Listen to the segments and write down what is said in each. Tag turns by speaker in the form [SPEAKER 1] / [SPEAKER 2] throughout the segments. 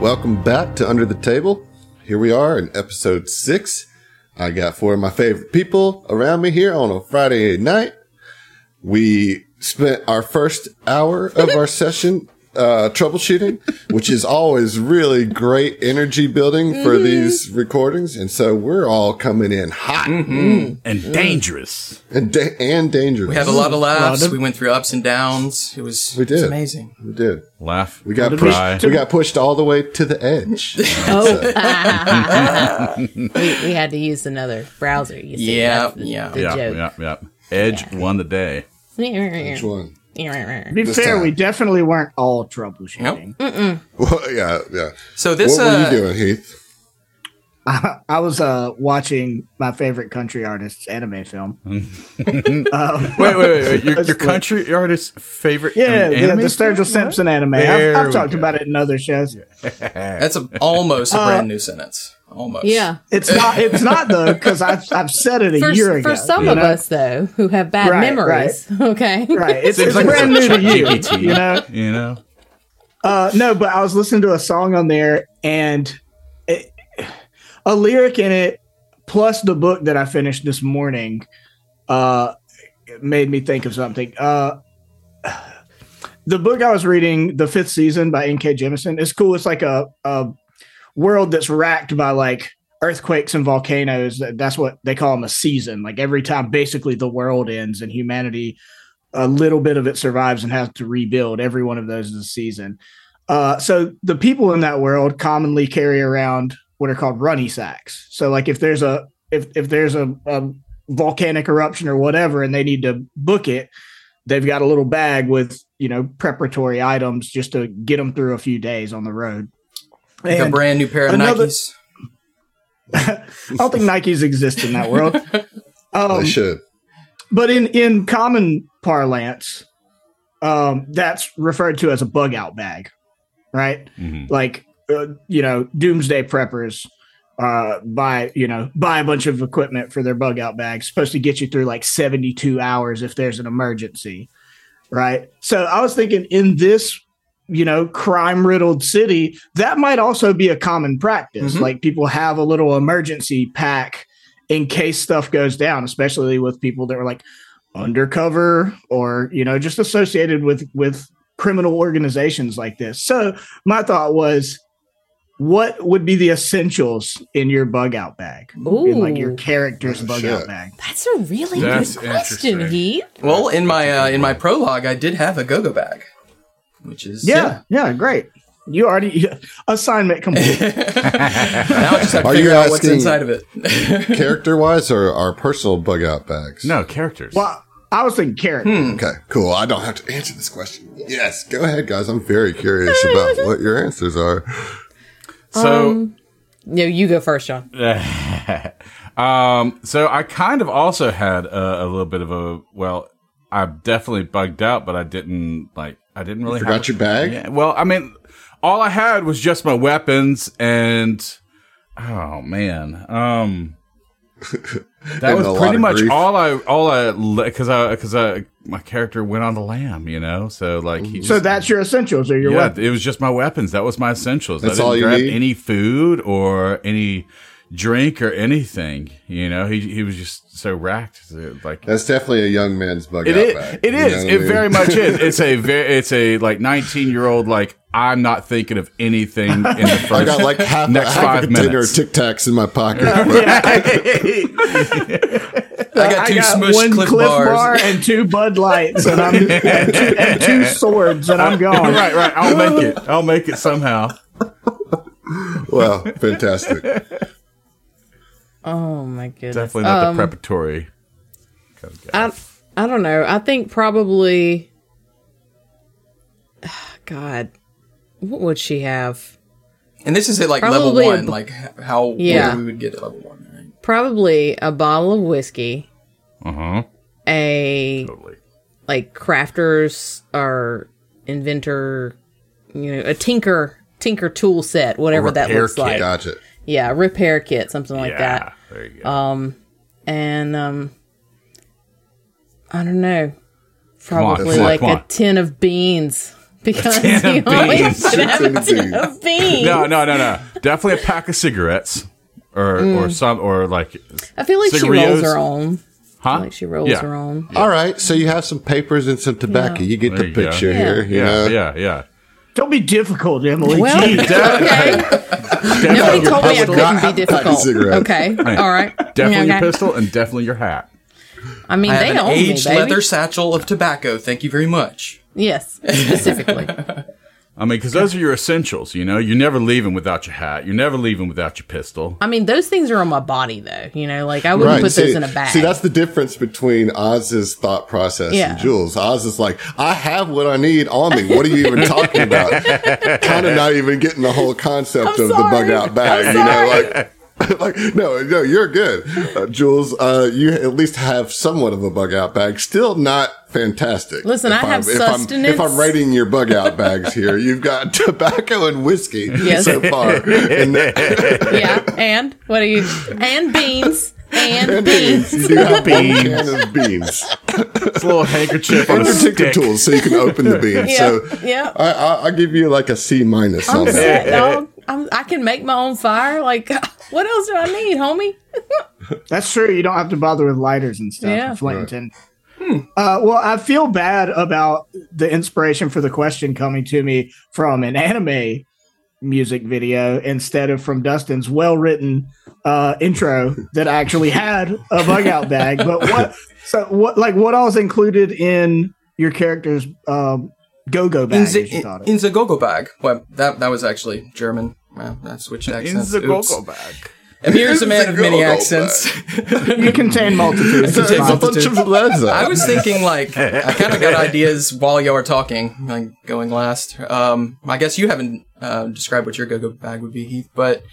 [SPEAKER 1] welcome back to Under the Table. Here we are in episode six. I got four of my favorite people around me here on a Friday night. We spent our first hour of our session uh, troubleshooting, which is always really great energy building for
[SPEAKER 2] Mm-hmm.
[SPEAKER 1] these recordings. And so we're all coming in hot
[SPEAKER 2] Mm-hmm.
[SPEAKER 3] and dangerous.
[SPEAKER 1] and, da- and dangerous.
[SPEAKER 2] We had a lot of laughs.
[SPEAKER 4] Lot of-
[SPEAKER 2] We went through ups and downs. It was
[SPEAKER 1] We
[SPEAKER 2] It was
[SPEAKER 1] did.
[SPEAKER 2] amazing.
[SPEAKER 1] we did.
[SPEAKER 3] Laugh.
[SPEAKER 1] We got
[SPEAKER 4] did we-
[SPEAKER 1] pushed. We got pushed all the way to the edge.
[SPEAKER 5] we, we had to use another browser. You see,
[SPEAKER 2] Yeah,
[SPEAKER 5] that's the,
[SPEAKER 2] yeah.
[SPEAKER 5] the
[SPEAKER 3] yeah,
[SPEAKER 5] joke.
[SPEAKER 3] yeah, yeah. Edge won the day.
[SPEAKER 1] Which one?
[SPEAKER 4] To be
[SPEAKER 1] This
[SPEAKER 4] fair,
[SPEAKER 1] time.
[SPEAKER 4] we definitely weren't all troubleshooting.
[SPEAKER 1] Well, yeah, yeah.
[SPEAKER 2] So this.
[SPEAKER 1] what
[SPEAKER 2] uh,
[SPEAKER 1] were you doing, Heath?
[SPEAKER 4] I was uh, watching my favorite country artist's anime film.
[SPEAKER 3] Mm-hmm.
[SPEAKER 4] um,
[SPEAKER 3] Wait, wait, wait. wait. Your,
[SPEAKER 4] That's
[SPEAKER 3] your
[SPEAKER 4] great.
[SPEAKER 3] country artist's favorite
[SPEAKER 4] yeah,
[SPEAKER 3] an-
[SPEAKER 4] yeah,
[SPEAKER 3] anime?
[SPEAKER 4] the Sturgill Simpson anime.
[SPEAKER 3] There
[SPEAKER 4] I've, I've
[SPEAKER 3] we
[SPEAKER 4] talked
[SPEAKER 3] go.
[SPEAKER 4] about it in other shows.
[SPEAKER 2] That's a, almost a brand new sentence. Almost.
[SPEAKER 5] Uh, Yeah.
[SPEAKER 4] It's not. It's not though, because I've I've said it a
[SPEAKER 5] For,
[SPEAKER 4] year ago.
[SPEAKER 5] for some
[SPEAKER 4] you
[SPEAKER 5] of
[SPEAKER 4] know?
[SPEAKER 5] us, though, who have bad
[SPEAKER 4] Right,
[SPEAKER 5] memories, okay?
[SPEAKER 4] right? It's,
[SPEAKER 3] Seems
[SPEAKER 4] it's
[SPEAKER 3] like
[SPEAKER 4] brand new
[SPEAKER 3] it's
[SPEAKER 4] to you.
[SPEAKER 3] ChatGPT,
[SPEAKER 4] You know,
[SPEAKER 3] You know?
[SPEAKER 4] Uh, no, but I was listening to a song on there and it, a lyric in it, plus the book that I finished this morning, uh, made me think of something. Uh, the book I was reading, The Fifth Season by N.K. Jemisin, is cool. It's like a, a world that's racked by like earthquakes and volcanoes. That- That's what they call them a season. Like every time basically the world ends and humanity, a little bit of it survives and has to rebuild. Every one of those is a season. Uh, so the people in that world commonly carry around what are called runny sacks. So like if there's a if if there's a, a volcanic eruption or whatever and they need to book it, they've got a little bag with you know preparatory items just to get them through a few days on the road.
[SPEAKER 2] Like a
[SPEAKER 4] And-
[SPEAKER 2] brand new pair of
[SPEAKER 4] another-
[SPEAKER 2] Nikes.
[SPEAKER 4] I don't think Nikes exist in that world. Um,
[SPEAKER 1] they should.
[SPEAKER 4] but in in common parlance, um, that's referred to as a bug out bag, right?
[SPEAKER 3] Mhm.
[SPEAKER 4] Like uh, you know, doomsday preppers uh, buy you know buy a bunch of equipment for their bug out bag, supposed to get you through like seventy two hours if there's an emergency, right? So I was thinking in this you know crime riddled city that might also be a common practice
[SPEAKER 2] Mhm.
[SPEAKER 1] Mm-hmm.
[SPEAKER 4] like people have a little emergency pack in case stuff goes down especially with people that are like undercover or you know just associated with with criminal organizations like this so my thought was what would be the essentials in your bug out bag in like your
[SPEAKER 5] Ooh.
[SPEAKER 4] character's
[SPEAKER 1] Oh,
[SPEAKER 4] bug
[SPEAKER 1] shit.
[SPEAKER 4] out bag
[SPEAKER 5] That's a really
[SPEAKER 3] That's
[SPEAKER 5] good question,
[SPEAKER 3] interesting.
[SPEAKER 5] Heath.
[SPEAKER 2] Well, in my uh, in my prologue, I did have a go-go bag, which is
[SPEAKER 4] yeah yeah great you already assignment complete
[SPEAKER 2] now I just have to
[SPEAKER 1] Are
[SPEAKER 2] figure
[SPEAKER 1] you
[SPEAKER 2] out what's
[SPEAKER 1] asking-
[SPEAKER 2] inside of it.
[SPEAKER 1] Character wise or our personal bug out bags?
[SPEAKER 3] No, characters.
[SPEAKER 4] well i was thinking character
[SPEAKER 2] Hmm.
[SPEAKER 1] Okay, cool. I don't have to answer this question. Yes, go ahead, guys. I'm very curious about what your answers are.
[SPEAKER 3] so,
[SPEAKER 5] No, you go first, John.
[SPEAKER 3] um, so I kind of also had a, a little bit of a well, I definitely bugged out, but I didn't like I didn't really
[SPEAKER 1] Forgot
[SPEAKER 3] have,
[SPEAKER 1] your bag?
[SPEAKER 3] Yeah, well, I mean, all I had was just my weapons and oh man, um, that
[SPEAKER 1] And
[SPEAKER 3] was
[SPEAKER 1] a lot
[SPEAKER 3] pretty
[SPEAKER 1] of
[SPEAKER 3] much
[SPEAKER 1] grief.
[SPEAKER 3] all I all I because I because I my character went on the lamb, you know, so like he
[SPEAKER 4] so
[SPEAKER 3] just-
[SPEAKER 4] that's your essentials or your
[SPEAKER 3] yeah,
[SPEAKER 4] weapon
[SPEAKER 3] it was just my weapons. That was my essentials.
[SPEAKER 1] That's
[SPEAKER 3] I didn't
[SPEAKER 1] all you
[SPEAKER 3] grab
[SPEAKER 1] need?
[SPEAKER 3] any food or any drink or anything. You know, he he was just so racked. so, Like
[SPEAKER 1] That's definitely a young man's bug
[SPEAKER 3] it
[SPEAKER 1] out
[SPEAKER 3] is.
[SPEAKER 1] bag.
[SPEAKER 3] It
[SPEAKER 1] You
[SPEAKER 3] is.
[SPEAKER 1] know
[SPEAKER 3] It
[SPEAKER 1] what I mean?
[SPEAKER 3] very much is. It's a very. It's a like nineteen year old. Like I'm not thinking of anything in the
[SPEAKER 1] I
[SPEAKER 3] first.
[SPEAKER 1] got like half,
[SPEAKER 3] Next
[SPEAKER 1] a, half
[SPEAKER 3] five
[SPEAKER 1] a container
[SPEAKER 3] minutes.
[SPEAKER 1] of Tic Tacs in my pocket.
[SPEAKER 2] I got two smushed Cliff, bars.
[SPEAKER 4] and two Bud Lights and, I'm, and, two, and two swords and I'm gone.
[SPEAKER 3] right, right. I'll make it. I'll make it somehow.
[SPEAKER 1] well, fantastic.
[SPEAKER 5] Oh, my goodness.
[SPEAKER 3] Definitely not
[SPEAKER 5] Um,
[SPEAKER 3] the preparatory. kind of guy.
[SPEAKER 5] I, I don't know. I think probably. God, what would she have?
[SPEAKER 2] And this is at like
[SPEAKER 5] Probably
[SPEAKER 2] level
[SPEAKER 5] a
[SPEAKER 2] one,
[SPEAKER 5] b-
[SPEAKER 2] like h- how
[SPEAKER 5] Yeah.
[SPEAKER 2] we would get to level one. Right?
[SPEAKER 5] Probably a bottle of whiskey,
[SPEAKER 3] Uh-huh.
[SPEAKER 5] a
[SPEAKER 3] Totally.
[SPEAKER 5] like crafters or inventor, you know, a tinker tinker tool set, whatever that
[SPEAKER 3] repair
[SPEAKER 5] looks
[SPEAKER 3] kit.
[SPEAKER 5] like.
[SPEAKER 1] Gotcha.
[SPEAKER 5] Yeah, repair kit, something like
[SPEAKER 3] yeah.
[SPEAKER 5] that.
[SPEAKER 3] There you go.
[SPEAKER 5] and um I don't know,
[SPEAKER 3] on,
[SPEAKER 5] probably
[SPEAKER 3] come on,
[SPEAKER 5] like
[SPEAKER 3] come
[SPEAKER 5] a
[SPEAKER 3] on.
[SPEAKER 5] tin of beans because
[SPEAKER 3] tin
[SPEAKER 5] he
[SPEAKER 3] of
[SPEAKER 5] always
[SPEAKER 3] beans.
[SPEAKER 5] would have a tin
[SPEAKER 1] Tin of
[SPEAKER 5] of beans.
[SPEAKER 3] No, no, no, no. Definitely a pack of cigarettes or or
[SPEAKER 5] Mm.
[SPEAKER 3] some or like
[SPEAKER 5] I feel like she rolls
[SPEAKER 3] Cigarillos.
[SPEAKER 5] her own.
[SPEAKER 3] huh?
[SPEAKER 5] Like she rolls
[SPEAKER 3] yeah.
[SPEAKER 5] her own.
[SPEAKER 1] All right, so you have some papers and some tobacco. You get
[SPEAKER 3] There
[SPEAKER 1] the
[SPEAKER 3] you go.
[SPEAKER 1] picture
[SPEAKER 5] Yeah.
[SPEAKER 1] here. you know?
[SPEAKER 3] Yeah, yeah, yeah.
[SPEAKER 4] Don't be difficult, Emily.
[SPEAKER 5] Well,
[SPEAKER 4] Jeez.
[SPEAKER 5] okay. Nobody told me I
[SPEAKER 1] pistol. Not
[SPEAKER 5] couldn't be
[SPEAKER 1] having a
[SPEAKER 5] difficult.
[SPEAKER 1] cigarette.
[SPEAKER 5] Okay, all right.
[SPEAKER 3] Definitely
[SPEAKER 5] Okay.
[SPEAKER 3] your pistol and definitely your hat.
[SPEAKER 5] I mean,
[SPEAKER 2] I
[SPEAKER 5] they
[SPEAKER 2] have an
[SPEAKER 5] own me,
[SPEAKER 2] aged
[SPEAKER 5] baby.
[SPEAKER 2] leather satchel of tobacco. Thank you very much.
[SPEAKER 5] Yes, specifically.
[SPEAKER 3] I mean, because those are your essentials. You know, you're never leaving without your hat. You're never leaving without your pistol.
[SPEAKER 5] I mean, those things are on my body, though. You know, like I wouldn't put
[SPEAKER 1] see,
[SPEAKER 5] those in a bag.
[SPEAKER 1] See, that's the difference between Oz's thought process
[SPEAKER 5] Yeah.
[SPEAKER 1] and Jules. Oz is like, I have what I need on me. What are you even talking about? kind of not even getting the whole concept
[SPEAKER 5] I'm
[SPEAKER 1] of the bug
[SPEAKER 5] sorry.
[SPEAKER 1] out bag.
[SPEAKER 5] I'm
[SPEAKER 1] You know, like, like no, no, you're good, uh, Jules. Uh, you at least have somewhat of a bug out bag. Still not fantastic.
[SPEAKER 5] Listen,
[SPEAKER 1] If
[SPEAKER 5] I have
[SPEAKER 1] I'm- if I'm-
[SPEAKER 5] sustenance.
[SPEAKER 1] If I'm, rating your bug out bags here, you've got tobacco and whiskey
[SPEAKER 5] Yes.
[SPEAKER 1] so far, and
[SPEAKER 5] yeah, and what are you? And beans, and
[SPEAKER 1] beans.
[SPEAKER 5] beans.
[SPEAKER 1] You do have one can of beans.
[SPEAKER 3] It's a little handkerchief on a
[SPEAKER 1] and your tinker
[SPEAKER 3] stick.
[SPEAKER 1] tools so you can open the beans.
[SPEAKER 5] Yeah,
[SPEAKER 1] So uh,
[SPEAKER 5] yeah.
[SPEAKER 1] I, I, I'll give you like a C minus on
[SPEAKER 2] Oh,
[SPEAKER 5] I'm
[SPEAKER 1] that.
[SPEAKER 5] set, dog. I'm, I can make my own fire. Like, what else do I need, homie?
[SPEAKER 4] That's true. You don't have to bother with lighters and stuff.
[SPEAKER 5] Yeah.
[SPEAKER 4] Yeah. Flinton. Uh, well, I feel bad about the inspiration for the question coming to me from an anime music video instead of from Dustin's well-written uh, intro that actually had a bug out bag. But what? So what? Like what all's included in your character's um, go-go bag? as you called it?
[SPEAKER 2] Inzagogo bag. Well, that that was actually German. Well, I switched
[SPEAKER 3] In
[SPEAKER 2] accents.
[SPEAKER 3] the
[SPEAKER 2] Oops.
[SPEAKER 3] go-go bag.
[SPEAKER 2] Amir is a man of many
[SPEAKER 1] Inzagogo bag.
[SPEAKER 2] accents.
[SPEAKER 4] you contain multitudes.
[SPEAKER 2] Contain
[SPEAKER 4] It's fine.
[SPEAKER 2] multitudes.
[SPEAKER 1] leather.
[SPEAKER 2] I was thinking like I kind of got ideas while y'all were talking, like going last. Um, I guess you haven't uh, described what your go-go bag would be, Heath, but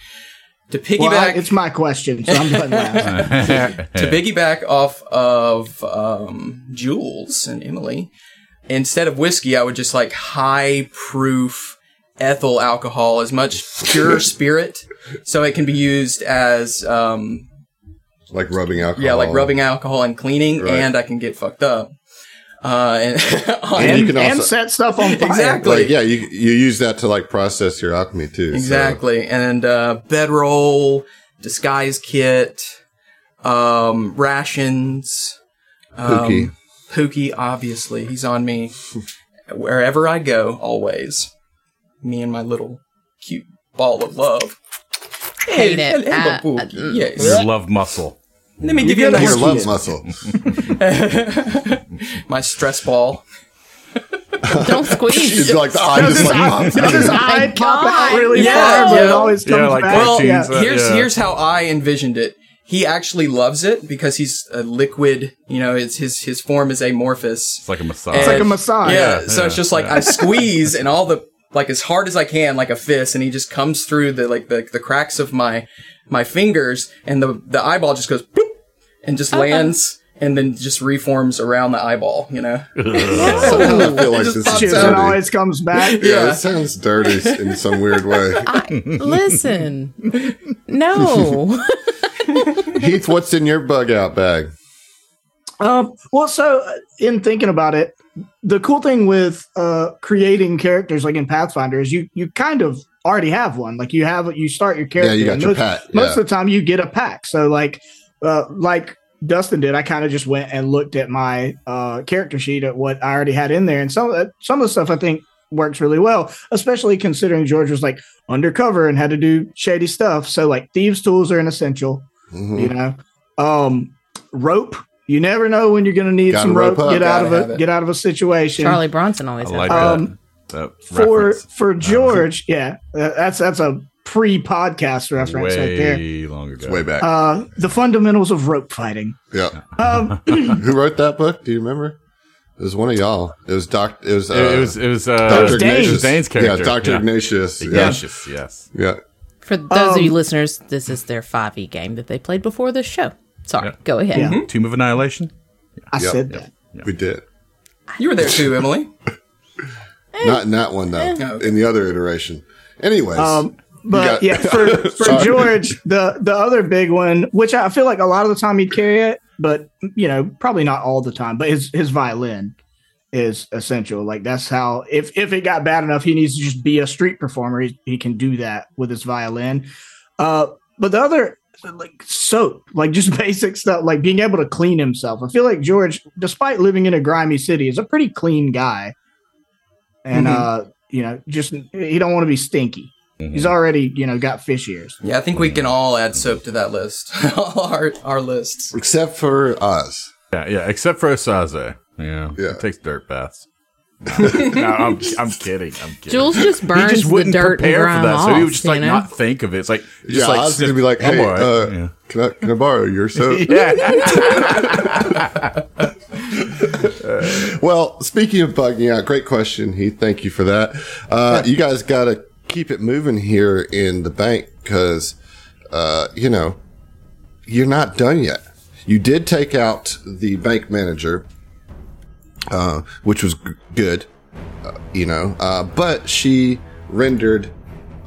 [SPEAKER 2] to piggyback,
[SPEAKER 4] Well, I- it's my question, so I'm going last.
[SPEAKER 2] to piggyback off of um, Jules and Emily, instead of whiskey, I would just like high proof ethyl alcohol, as much pure spirit, so it can be used as um,
[SPEAKER 1] like rubbing alcohol.
[SPEAKER 2] yeah, like rubbing alcohol and cleaning,
[SPEAKER 1] Oh. Right.
[SPEAKER 2] and I can get fucked up. Uh, and,
[SPEAKER 1] And you can also
[SPEAKER 4] and set stuff on fire.
[SPEAKER 2] Exactly.
[SPEAKER 1] like yeah, you you use that to like process your alchemy too. so-
[SPEAKER 2] Exactly. And uh, bedroll, disguise kit, um, rations, um,
[SPEAKER 1] Pookie.
[SPEAKER 2] Pookie, obviously. He's on me wherever I go, always. Me and my little cute ball of love.
[SPEAKER 5] Hate
[SPEAKER 2] Hey,
[SPEAKER 5] it.
[SPEAKER 2] hello,
[SPEAKER 5] Ah,
[SPEAKER 2] Pookie.
[SPEAKER 5] mm.
[SPEAKER 2] Yes.
[SPEAKER 3] Your love muscle.
[SPEAKER 2] Let me give you a
[SPEAKER 1] your love
[SPEAKER 2] nice
[SPEAKER 1] muscle.
[SPEAKER 2] my stress ball.
[SPEAKER 5] Don't
[SPEAKER 1] It's
[SPEAKER 5] squeeze.
[SPEAKER 1] like the eye just
[SPEAKER 4] Does his eye,
[SPEAKER 1] like
[SPEAKER 4] does his eye
[SPEAKER 5] God.
[SPEAKER 4] pop out really
[SPEAKER 2] Yeah,
[SPEAKER 4] far, but it
[SPEAKER 2] yeah.
[SPEAKER 4] always
[SPEAKER 3] Yeah,
[SPEAKER 4] comes
[SPEAKER 3] like
[SPEAKER 4] back?
[SPEAKER 3] that
[SPEAKER 2] Well,
[SPEAKER 3] teens,
[SPEAKER 4] yeah.
[SPEAKER 3] uh,
[SPEAKER 2] here's
[SPEAKER 3] yeah.
[SPEAKER 2] here's how I envisioned it. He actually loves it because he's a liquid. You know, it's his his form is amorphous.
[SPEAKER 3] It's like a massage.
[SPEAKER 2] It's
[SPEAKER 4] like a massage.
[SPEAKER 2] Yeah.
[SPEAKER 3] Yeah,
[SPEAKER 2] so
[SPEAKER 3] yeah,
[SPEAKER 2] it's just like I squeeze and all the like as hard as I can, like a fist, and he just comes through the like the, the cracks of my my fingers, and the the eyeball just goes boop and just
[SPEAKER 4] Uh-huh.
[SPEAKER 2] lands, and then just reforms around the eyeball. You know.
[SPEAKER 1] somehow I feel like
[SPEAKER 2] just
[SPEAKER 1] this is
[SPEAKER 2] pops
[SPEAKER 1] dirty.
[SPEAKER 4] Shit,
[SPEAKER 2] out.
[SPEAKER 4] it always comes back.
[SPEAKER 1] yeah,
[SPEAKER 2] Yeah.
[SPEAKER 1] it sounds dirty in some weird way.
[SPEAKER 5] Listen, no.
[SPEAKER 1] Heath, what's in your bug out bag?
[SPEAKER 4] Um, well, so uh, in thinking about it, the cool thing with uh, creating characters like in Pathfinder is you you kind of already have one. Like you have you start your character.
[SPEAKER 1] Yeah, you got
[SPEAKER 4] and
[SPEAKER 1] your
[SPEAKER 4] most,
[SPEAKER 1] pat.
[SPEAKER 4] most
[SPEAKER 1] yeah.
[SPEAKER 4] of the time you get a pack. So like uh, like Dustin did, I kind of just went and looked at my uh, character sheet at what I already had in there, and some uh, some of the stuff I think works really well, especially considering George was like undercover and had to do shady stuff. So like thieves' tools are an essential,
[SPEAKER 1] Mhm.
[SPEAKER 4] you know. Um, rope. You never know when you're going to need
[SPEAKER 1] Gotta
[SPEAKER 4] some rope.
[SPEAKER 1] rope up.
[SPEAKER 4] Get out
[SPEAKER 2] Gotta
[SPEAKER 4] of
[SPEAKER 2] have
[SPEAKER 4] a
[SPEAKER 2] it.
[SPEAKER 4] get out of a situation
[SPEAKER 5] Charlie Bronson always
[SPEAKER 3] I
[SPEAKER 5] has
[SPEAKER 3] like
[SPEAKER 5] that.
[SPEAKER 4] Um,
[SPEAKER 3] that. that
[SPEAKER 4] for
[SPEAKER 3] reference.
[SPEAKER 4] for George. yeah, uh, that's that's a pre-podcast reference right there.
[SPEAKER 3] Way long ago.
[SPEAKER 1] Way back.
[SPEAKER 4] Uh, the fundamentals of rope fighting.
[SPEAKER 1] yeah.
[SPEAKER 4] Um,
[SPEAKER 1] Who wrote that book? Do you remember? It was one of y'all. It was Doc. It was. Uh,
[SPEAKER 3] it, it was. It was. Uh,
[SPEAKER 1] Dr.
[SPEAKER 4] Dane.
[SPEAKER 3] It was
[SPEAKER 1] Ignatius.
[SPEAKER 3] Dane's character.
[SPEAKER 1] Yeah, Dr. Ignatius. Yeah.
[SPEAKER 3] Ignatius. Yes.
[SPEAKER 1] yeah.
[SPEAKER 5] For those of
[SPEAKER 4] Um,
[SPEAKER 5] you listeners, this is their 5e game that they played before this show. Sorry,
[SPEAKER 3] Yeah.
[SPEAKER 5] go ahead.
[SPEAKER 4] Yeah.
[SPEAKER 3] Tomb of Annihilation.
[SPEAKER 4] I
[SPEAKER 1] Yep.
[SPEAKER 4] said that.
[SPEAKER 1] We did.
[SPEAKER 2] You were there too, Emily.
[SPEAKER 1] Not in that one, though.
[SPEAKER 2] No.
[SPEAKER 1] In the other iteration. Anyways.
[SPEAKER 4] Um, but
[SPEAKER 1] got-
[SPEAKER 4] yeah, for, for
[SPEAKER 1] Sorry.
[SPEAKER 4] George, the the other big one, which I feel like a lot of the time he'd carry it, but you know, probably not all the time. But his his violin, is essential. Like that's how if if it got bad enough, he needs to just be a street performer. He, he can do that with his violin. Uh, but the other like soap, like just basic stuff, like being able to clean himself. I feel like George, despite living in a grimy city, is a pretty clean guy. And uh, you know, just he don't want to be stinky. He's already, you know, got fish ears.
[SPEAKER 2] Yeah, I think we can all add soap to that list. all our, our lists.
[SPEAKER 1] Except for Oz.
[SPEAKER 3] Yeah, yeah. Except for Asaze. Yeah,
[SPEAKER 1] Yeah.
[SPEAKER 3] He takes dirt baths. no, I'm, I'm kidding. I'm kidding.
[SPEAKER 5] Jules just burns the dirt and grime off.
[SPEAKER 3] so he would just
[SPEAKER 5] you
[SPEAKER 3] like
[SPEAKER 5] know?
[SPEAKER 3] not think of it. It's like he's
[SPEAKER 1] Yeah,
[SPEAKER 3] just like
[SPEAKER 1] Oz is
[SPEAKER 3] sit-
[SPEAKER 1] gonna be like,
[SPEAKER 3] I'm
[SPEAKER 1] hey,
[SPEAKER 3] all right."
[SPEAKER 1] uh,
[SPEAKER 3] yeah.
[SPEAKER 1] can, I, can I borrow your soap?
[SPEAKER 3] Yeah.
[SPEAKER 1] Well, speaking of bugging out, great question, Heath. Thank you for that. Uh, you guys got to keep it moving here in the bank because, uh, you know, you're not done yet. You did take out the bank manager, uh, which was g- good, uh, you know, uh, but she rendered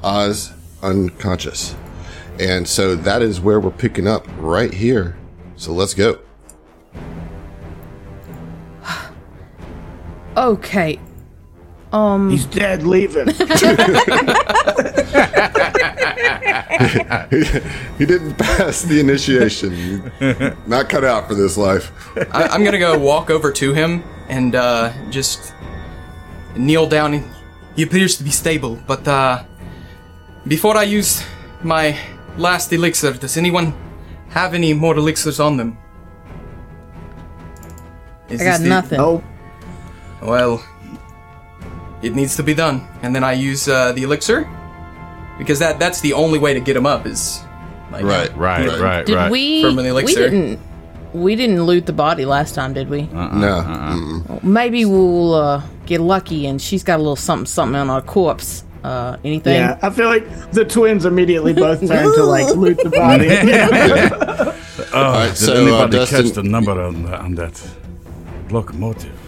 [SPEAKER 1] Oz unconscious. And so that is where we're picking up right here. So let's go.
[SPEAKER 5] Okay.
[SPEAKER 4] He's dead. Leave him.
[SPEAKER 1] He didn't pass the initiation. Not cut out for this life.
[SPEAKER 2] I, I'm gonna go walk over to him and uh, just kneel down. And he appears to be stable, but uh, before I use my last elixir, does anyone have any more elixirs on them? Is this
[SPEAKER 5] I got
[SPEAKER 2] the-
[SPEAKER 5] nothing.
[SPEAKER 4] oh,
[SPEAKER 2] Well, it needs to be done, and then I use uh, the elixir because that—that's the only way to get him up. Is like,
[SPEAKER 3] right, right, right.
[SPEAKER 5] Did we?
[SPEAKER 2] From an
[SPEAKER 5] we
[SPEAKER 2] elixir.
[SPEAKER 5] didn't. We didn't loot the body last time, did we?
[SPEAKER 3] Uh-uh.
[SPEAKER 1] No. Mm.
[SPEAKER 5] Maybe we'll uh, get lucky, and she's got a little something, something on her corpse. Uh, anything?
[SPEAKER 4] yeah. I feel like the twins immediately both turn to like loot the body.
[SPEAKER 3] All
[SPEAKER 1] right,
[SPEAKER 3] Oh, did
[SPEAKER 1] so, uh,
[SPEAKER 3] anybody
[SPEAKER 1] Dustin-
[SPEAKER 3] catch the number on, the, on that locomotive?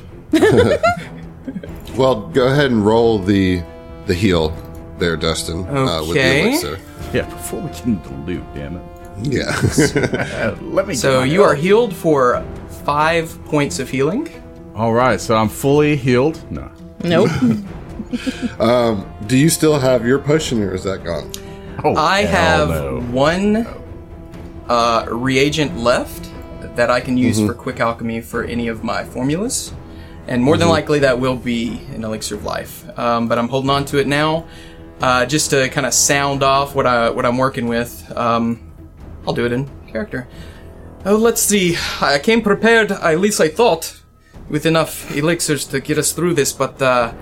[SPEAKER 1] Mm. Well, go ahead and roll the the heal there, Dustin. Uh, with the
[SPEAKER 2] Okay.
[SPEAKER 1] elixir.
[SPEAKER 3] Yeah, before we get into loot, damn it.
[SPEAKER 1] Yeah.
[SPEAKER 3] Uh, let me.
[SPEAKER 2] So
[SPEAKER 3] get my
[SPEAKER 2] you are
[SPEAKER 3] health.
[SPEAKER 2] healed for five points of healing.
[SPEAKER 3] All right, so I'm fully healed. No.
[SPEAKER 5] Nope.
[SPEAKER 1] Do you still have your potion, or is that gone?
[SPEAKER 3] Oh,
[SPEAKER 2] I
[SPEAKER 3] hell
[SPEAKER 2] have
[SPEAKER 3] no.
[SPEAKER 2] one uh, reagent left that I can use for quick alchemy for any of my formulas, and more than likely that will be an elixir of life. Um, but I'm holding on to it now, uh, just to kind of sound off what I what I'm working with. Um, I'll do it in character. Oh, let's see. I came prepared, at least I thought, with enough elixirs to get us through this, but uh,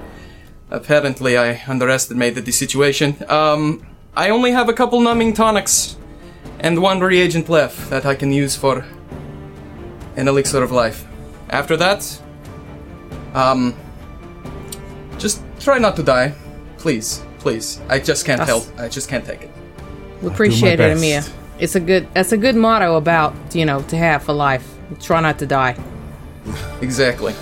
[SPEAKER 2] apparently I underestimated the situation. Um, I only have a couple numbing tonics and one reagent left that I can use for an elixir of life. After that, um, just try not to die, please, please. I just can't help. I just can't take it.
[SPEAKER 5] We appreciate it,
[SPEAKER 3] best.
[SPEAKER 5] Amir. It's a good. That's a good motto about you know to have for life. Try not to die.
[SPEAKER 2] Exactly.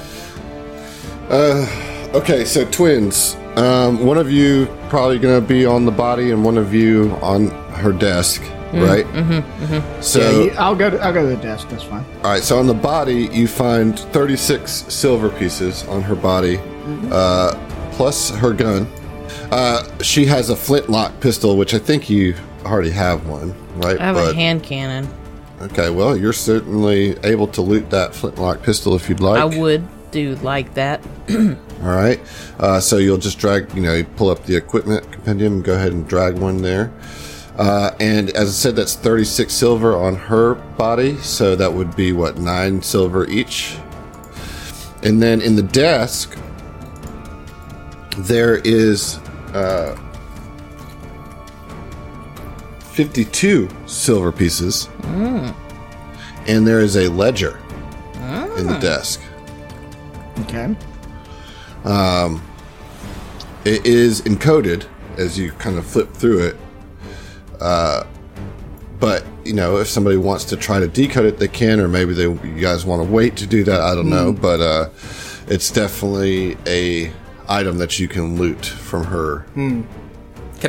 [SPEAKER 1] Okay, so twins. Um, one of you probably going to be on the body, and one of you on her desk, right? Mm-hmm, So
[SPEAKER 4] Yeah, you- I'll go. To, I'll go to the desk. That's fine.
[SPEAKER 1] All right, so on the body, you find 36 silver pieces on her body, uh, plus her gun. Uh, she has a flintlock pistol, which I think you already have one, right?
[SPEAKER 5] I have
[SPEAKER 1] Bud?
[SPEAKER 5] a hand cannon.
[SPEAKER 1] Okay, well, you're certainly able to loot that flintlock pistol if you'd like.
[SPEAKER 5] I would do like that.
[SPEAKER 1] All right, uh, so you'll just drag, you know, you pull up the equipment compendium, go ahead and drag one there. Uh, and as I said, that's 36 silver on her body, so that would be what, nine silver each? And then in the desk, there is uh, 52 silver pieces. And there is a ledger in the desk.
[SPEAKER 4] Okay.
[SPEAKER 1] It is encoded as you kind of flip through it. Uh, but you know, if somebody wants to try to decode it, they can, or maybe they you guys want to wait to do that. I don't know, but uh, it's definitely a item that you can loot from her.
[SPEAKER 2] Can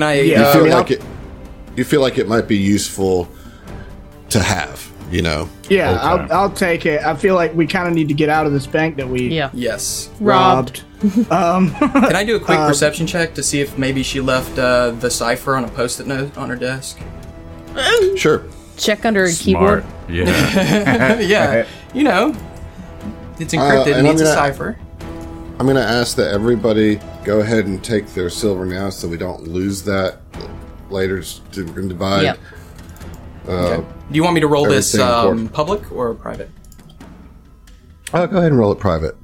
[SPEAKER 2] I?
[SPEAKER 4] Yeah.
[SPEAKER 1] You
[SPEAKER 2] uh,
[SPEAKER 1] feel
[SPEAKER 4] mean,
[SPEAKER 1] like it. You feel like it might be useful to have. You know,
[SPEAKER 4] Yeah,
[SPEAKER 3] Okay.
[SPEAKER 4] I'll, I'll take it. I feel like we kind of need to get out of this bank that we
[SPEAKER 5] Yeah.
[SPEAKER 2] Yes.
[SPEAKER 5] Robbed.
[SPEAKER 4] robbed.
[SPEAKER 2] Can I do a quick
[SPEAKER 1] Um,
[SPEAKER 2] perception check to see if maybe she left uh, the cipher on a post-it note on her desk?
[SPEAKER 1] Sure.
[SPEAKER 5] Check under a
[SPEAKER 3] Smart.
[SPEAKER 5] keyboard.
[SPEAKER 3] Yeah.
[SPEAKER 2] yeah, you know, it's encrypted.
[SPEAKER 1] Uh, and
[SPEAKER 2] it
[SPEAKER 1] I'm
[SPEAKER 2] needs a
[SPEAKER 1] gonna-
[SPEAKER 2] cipher.
[SPEAKER 1] I'm going to ask that everybody go ahead and take their silver now so we don't lose that later to divide.
[SPEAKER 5] Yep.
[SPEAKER 2] Okay. Do you want me to roll this
[SPEAKER 1] uh, everything
[SPEAKER 2] um,
[SPEAKER 1] important.
[SPEAKER 2] public or private?
[SPEAKER 1] I'll go ahead and roll it private.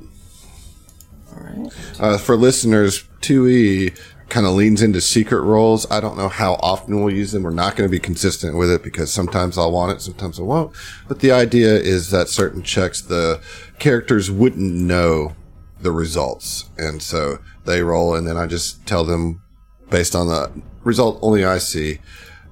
[SPEAKER 2] All right.
[SPEAKER 1] Uh, for listeners, 2E kind of leans into secret roles. I don't know how often we'll use them. We're not going to be consistent with it because sometimes I'll want it, sometimes I won't. But the idea is that certain checks, the characters wouldn't know the results. And so they roll, and then I just tell them based on the result only I see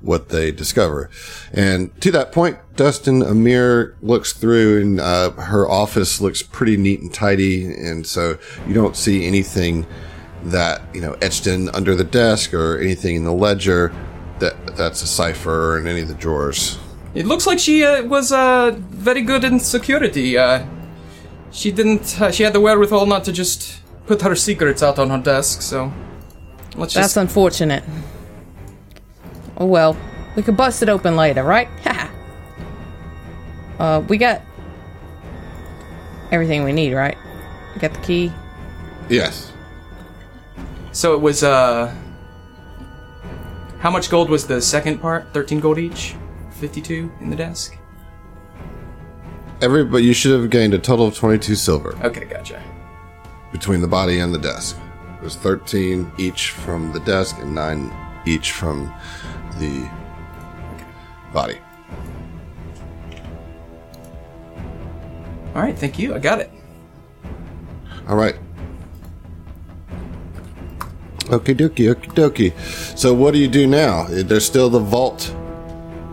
[SPEAKER 1] what they discover. And to that point, Dustin Amir looks through and uh, her office looks pretty neat and tidy. And so you don't see anything that, you know, etched in under the desk or anything in the ledger that that's a cipher or in any of the drawers.
[SPEAKER 2] It looks like she uh, was uh, very good in security. Uh, she didn't. Uh, she had the wherewithal not to just put her secrets out on her desk. So let's
[SPEAKER 5] That's
[SPEAKER 2] just.
[SPEAKER 5] unfortunate. Oh well, we could bust it open later, right? Ha. uh, we got everything we need, right? We got the key.
[SPEAKER 1] Yes.
[SPEAKER 2] so it was. Uh, how much gold was the second part? Thirteen gold each. Fifty-two in the desk.
[SPEAKER 1] Everybody, you should have gained a total of 22 silver
[SPEAKER 2] Okay, gotcha.
[SPEAKER 1] between the body and the desk. There's 13 each from the desk and 9 each from the body.
[SPEAKER 2] All right, thank you. I got it.
[SPEAKER 1] All right. Okie dokie, okie dokie. So, what do you do now? There's still the vault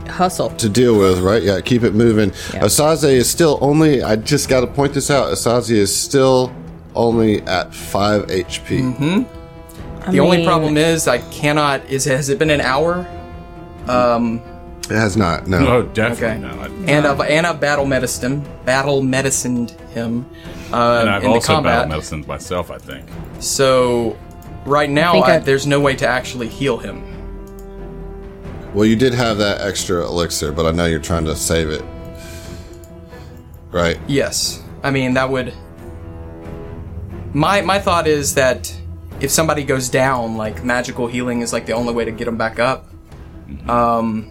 [SPEAKER 5] Hustle.
[SPEAKER 1] to deal with, right? Yeah, keep it moving.
[SPEAKER 5] Yeah.
[SPEAKER 1] Asaze is still only, I just got to point this out Asaze is still only at 5 HP.
[SPEAKER 5] I
[SPEAKER 2] The only
[SPEAKER 5] mean,
[SPEAKER 2] problem is I cannot. Is has it been an hour? Um,
[SPEAKER 1] It has not, no.
[SPEAKER 3] oh, definitely
[SPEAKER 2] Okay.
[SPEAKER 3] not.
[SPEAKER 2] and I've and I've battle medicined battle medicined him uh,
[SPEAKER 3] And I've
[SPEAKER 2] in the
[SPEAKER 3] also
[SPEAKER 2] combat.
[SPEAKER 3] battle medicine myself, I think.
[SPEAKER 2] so right now,
[SPEAKER 5] think
[SPEAKER 2] I
[SPEAKER 5] I-
[SPEAKER 2] there's no way to actually heal him.
[SPEAKER 1] Well, you did have that extra elixir, but I know you're trying to save it. Right?
[SPEAKER 2] Yes, I mean that would. My my thought is that if somebody goes down, like magical healing is like the only way to get them back up. Um.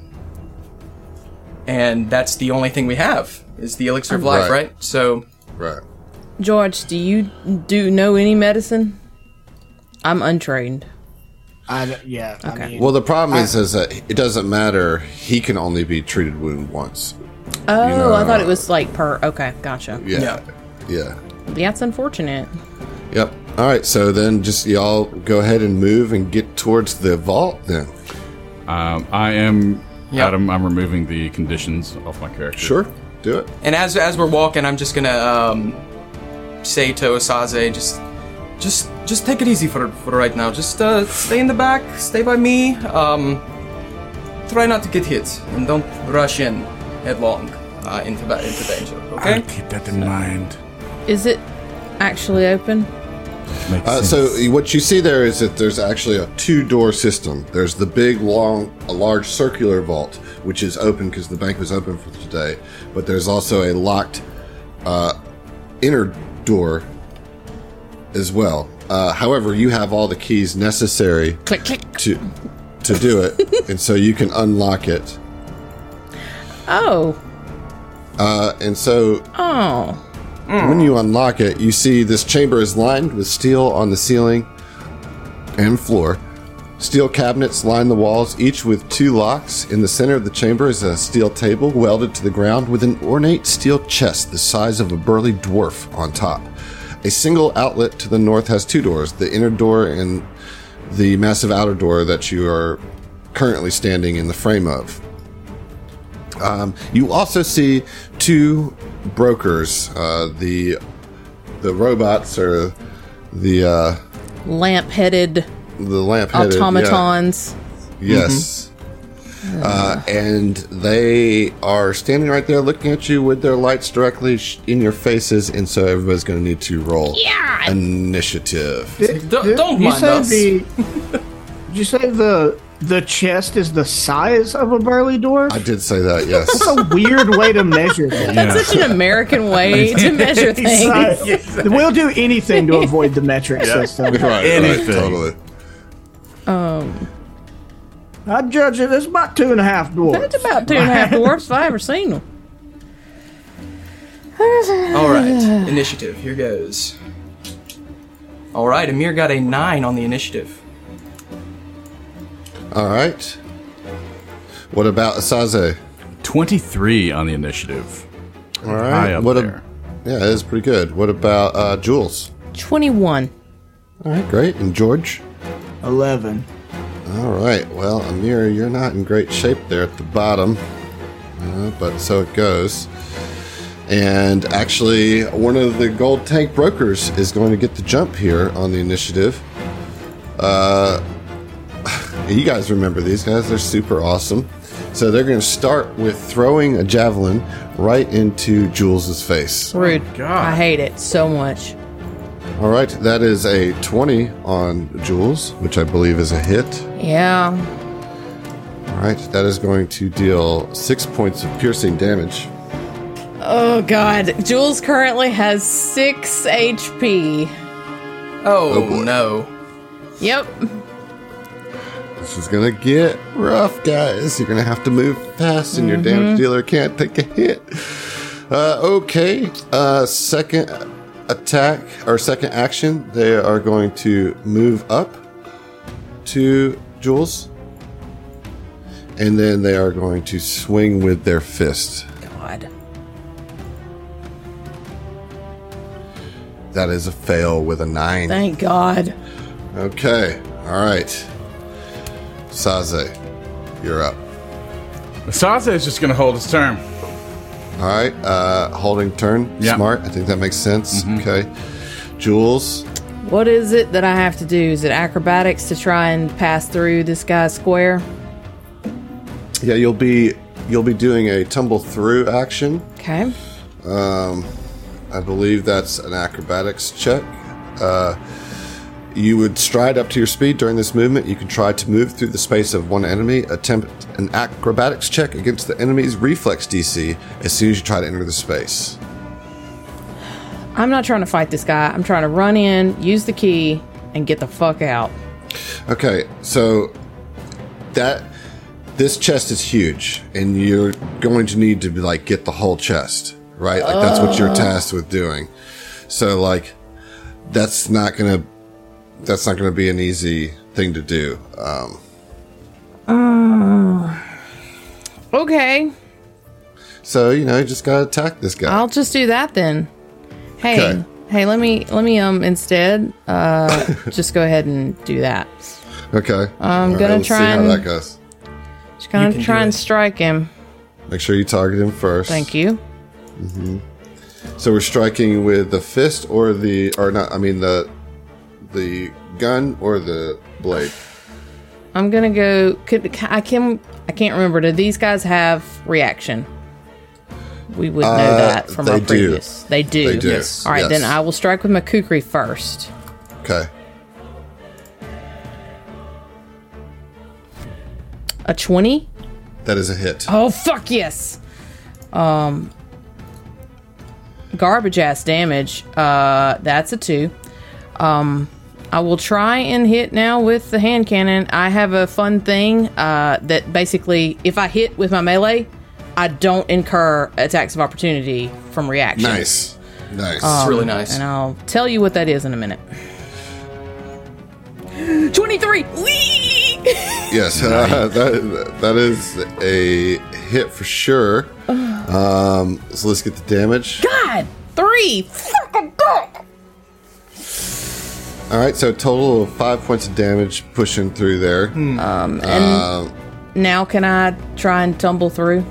[SPEAKER 2] And that's the only thing we have is the elixir of life,
[SPEAKER 1] Right.
[SPEAKER 2] right? So
[SPEAKER 1] Right.
[SPEAKER 5] George, do you do know any medicine? I'm untrained.
[SPEAKER 4] I d yeah. I mean,
[SPEAKER 1] Well, the problem is, is that it doesn't matter. He can only be treated wound once.
[SPEAKER 5] Oh, I thought
[SPEAKER 1] know-
[SPEAKER 5] it was like per. Okay, gotcha.
[SPEAKER 1] Yeah. Yeah.
[SPEAKER 5] That's unfortunate.
[SPEAKER 1] Yep. All right. So then, just y'all go ahead and move and get towards the vault. Then.
[SPEAKER 3] Um, I am
[SPEAKER 2] Yep.
[SPEAKER 3] Adam. I'm removing the conditions off my character.
[SPEAKER 1] Do it.
[SPEAKER 2] And as as we're walking, I'm just gonna um, say to Osaze, just just just take it easy for for right now. Just uh, stay in the back, stay by me. Um, try not to get hit, and don't rush in headlong uh, into ba- into danger. Okay.
[SPEAKER 3] I'll keep that in mind.
[SPEAKER 5] Is it actually open?
[SPEAKER 3] Makes
[SPEAKER 1] Uh, so
[SPEAKER 3] sense.
[SPEAKER 1] what you see there is that there's actually a two-door system. There's the big, long, a large circular vault, which is open because the bank was open for today. But there's also a locked uh, inner door as well. Uh, however, you have all the keys necessary
[SPEAKER 5] Click, click.
[SPEAKER 1] to to do it, and so you can unlock it.
[SPEAKER 5] Oh,
[SPEAKER 1] Uh, and so
[SPEAKER 5] oh.
[SPEAKER 1] When you unlock it, you see this chamber is lined with steel on the ceiling and floor. Steel cabinets line the walls, each with two locks. In the center of the chamber is a steel table welded to the ground with an ornate steel chest the size of a burly dwarf on top. A single outlet to the north has two doors the inner door and the massive outer door that you are currently standing in the frame of. Um, you also see two brokers. Uh, the the robots or the uh,
[SPEAKER 5] Lamp headed
[SPEAKER 1] the lamp headed
[SPEAKER 5] automatons.
[SPEAKER 1] Yes. Uh, and they are standing right there looking at you with their lights directly sh- in your faces. And so everybody's going to need to roll
[SPEAKER 5] Yeah.
[SPEAKER 1] initiative.
[SPEAKER 2] Don't- Uh, don't
[SPEAKER 4] you
[SPEAKER 2] mind
[SPEAKER 4] say
[SPEAKER 2] us.
[SPEAKER 4] The, did you say the the chest is the size of a burly dwarf?
[SPEAKER 1] I did say that, yes.
[SPEAKER 4] That's a weird way to measure that.
[SPEAKER 3] Yeah.
[SPEAKER 5] That's such an American way to measure
[SPEAKER 4] He's
[SPEAKER 5] things.
[SPEAKER 4] like, We'll do anything to avoid the metric system.
[SPEAKER 1] right,
[SPEAKER 3] Anything.
[SPEAKER 1] totally.
[SPEAKER 5] Um,
[SPEAKER 4] I'd judge it as about two and a half
[SPEAKER 5] that's
[SPEAKER 4] dwarves.
[SPEAKER 5] about two and a half dwarfs if I ever seen them.
[SPEAKER 2] All right, initiative. Here goes. All right, Amir got a nine on the initiative.
[SPEAKER 1] All right. What about Asaze?
[SPEAKER 3] 23 on the initiative.
[SPEAKER 1] All right.
[SPEAKER 3] High up
[SPEAKER 1] what a-
[SPEAKER 3] there.
[SPEAKER 1] yeah, that is pretty good. What about uh, Jules?
[SPEAKER 5] Twenty-one.
[SPEAKER 1] All right, great. And George?
[SPEAKER 4] Eleven.
[SPEAKER 1] All right. Well, Amir, you're not in great shape there at the bottom, uh, but so it goes. And actually, one of the gold tank brokers is going to get the jump here on the initiative. Uh, you guys remember these guys? They're super awesome. So they're going to start with throwing a javelin right into Jules's face.
[SPEAKER 5] Rude.
[SPEAKER 3] Oh, God.
[SPEAKER 5] I hate it so much.
[SPEAKER 1] All right, that is a 20 on Jules, which I believe is a hit.
[SPEAKER 5] Yeah.
[SPEAKER 1] All right, that is going to deal six points of piercing damage.
[SPEAKER 5] Oh God. Jules currently has six HP.
[SPEAKER 2] Oh,
[SPEAKER 1] boy.
[SPEAKER 2] no!
[SPEAKER 5] Yep.
[SPEAKER 1] This is gonna get rough, guys. You're gonna have to move fast, and your damage dealer can't take a hit. Uh, okay, uh, second attack or second action, they are going to move up to Jules, and then they are going to swing with their fist.
[SPEAKER 5] God.
[SPEAKER 1] That is a fail with a nine.
[SPEAKER 5] Thank God.
[SPEAKER 1] Okay, all right, Saze, you're up.
[SPEAKER 3] Sasa is just going to hold his turn.
[SPEAKER 1] All right, uh, holding turn,
[SPEAKER 3] Yeah.
[SPEAKER 1] smart. I think that makes sense. Okay, Jules.
[SPEAKER 5] What is it that I have to do? Is it acrobatics to try and pass through this guy's square?
[SPEAKER 1] Yeah, you'll be you'll be doing a tumble through action.
[SPEAKER 5] Okay.
[SPEAKER 1] Um, I believe that's an acrobatics check. Uh, you would stride up to your speed during this movement. You can try to move through the space of one enemy. Attempt an acrobatics check against the enemy's reflex DC as soon as you try to enter the space.
[SPEAKER 5] I'm not trying to fight this guy. I'm trying to run in, use the key, and get the fuck out.
[SPEAKER 1] Okay, so that this chest is huge, and you're going to need to be like get the whole chest, right? Like that's what
[SPEAKER 5] Ah.
[SPEAKER 1] you're tasked with doing. So like that's not gonna that's not gonna be an easy thing to do. Um,
[SPEAKER 5] Okay.
[SPEAKER 1] so you know, you just gotta attack this guy.
[SPEAKER 5] I'll just do that then. Hey.
[SPEAKER 1] Okay.
[SPEAKER 5] Hey, let me let me um instead uh just go ahead and do that.
[SPEAKER 1] okay, I'm
[SPEAKER 5] gonna
[SPEAKER 1] let's
[SPEAKER 5] try
[SPEAKER 1] see how
[SPEAKER 5] and-
[SPEAKER 1] that goes.
[SPEAKER 5] Just gonna
[SPEAKER 2] can
[SPEAKER 5] try
[SPEAKER 2] do
[SPEAKER 5] and
[SPEAKER 2] it.
[SPEAKER 5] strike him.
[SPEAKER 1] Make sure you target him first.
[SPEAKER 5] Thank you.
[SPEAKER 1] So we're striking with the fist or the or not? I mean the the gun or the blade.
[SPEAKER 5] I'm gonna go. Could ca- I can I can't remember. Do these guys have reaction? We would know
[SPEAKER 1] Uh,
[SPEAKER 5] that from
[SPEAKER 1] they
[SPEAKER 5] our
[SPEAKER 1] do.
[SPEAKER 5] previous. They do.
[SPEAKER 1] They do,
[SPEAKER 5] Yes. All right, then
[SPEAKER 1] yes.
[SPEAKER 5] I will strike with my kukri first.
[SPEAKER 1] Okay.
[SPEAKER 5] A twenty.
[SPEAKER 1] That is a hit.
[SPEAKER 5] Oh fuck yes. Um. Garbage ass damage. Uh, that's a two. Um, I will try and hit now with the hand cannon. I have a fun thing. Uh, that basically, if I hit with my melee, I don't incur attacks of opportunity from reaction.
[SPEAKER 1] Nice. Nice.
[SPEAKER 2] It's really nice.
[SPEAKER 5] And I'll tell you what that is in a minute. 23! Whee!
[SPEAKER 1] yes, uh, that, that is a hit for sure. Um, so let's get the damage.
[SPEAKER 5] God! Three! Fucking dick!
[SPEAKER 1] All right, so a total of five points of damage pushing through there.
[SPEAKER 5] And now can I try and tumble through?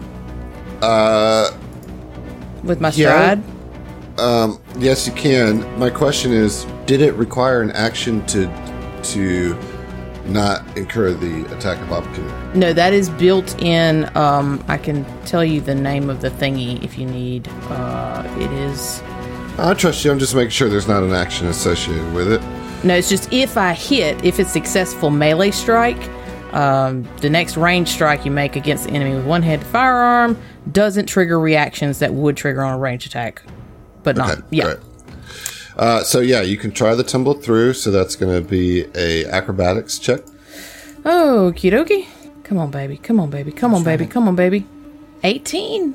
[SPEAKER 1] Uh,
[SPEAKER 5] With my
[SPEAKER 1] yeah.
[SPEAKER 5] stride?
[SPEAKER 1] um, yes, you can. My question is, did it require an action to to not incur the attack of opportunity.
[SPEAKER 5] No, that is built in. Um, I can tell you the name of the thingy if you need. Uh, it is.
[SPEAKER 1] I trust you. I'm just making sure there's not an action associated with it.
[SPEAKER 5] No, it's just if I hit, if it's successful melee strike, um, the next range strike you make against the enemy with one handed firearm doesn't trigger reactions that would trigger on a range attack, but
[SPEAKER 1] Okay,
[SPEAKER 5] not. Yeah.
[SPEAKER 1] alright. Uh, so yeah, you can try the tumble through. So that's going to be a acrobatics check.
[SPEAKER 5] Oh, dokie. Come on, baby. Come on, baby. Come on, baby. Come on, baby. 18.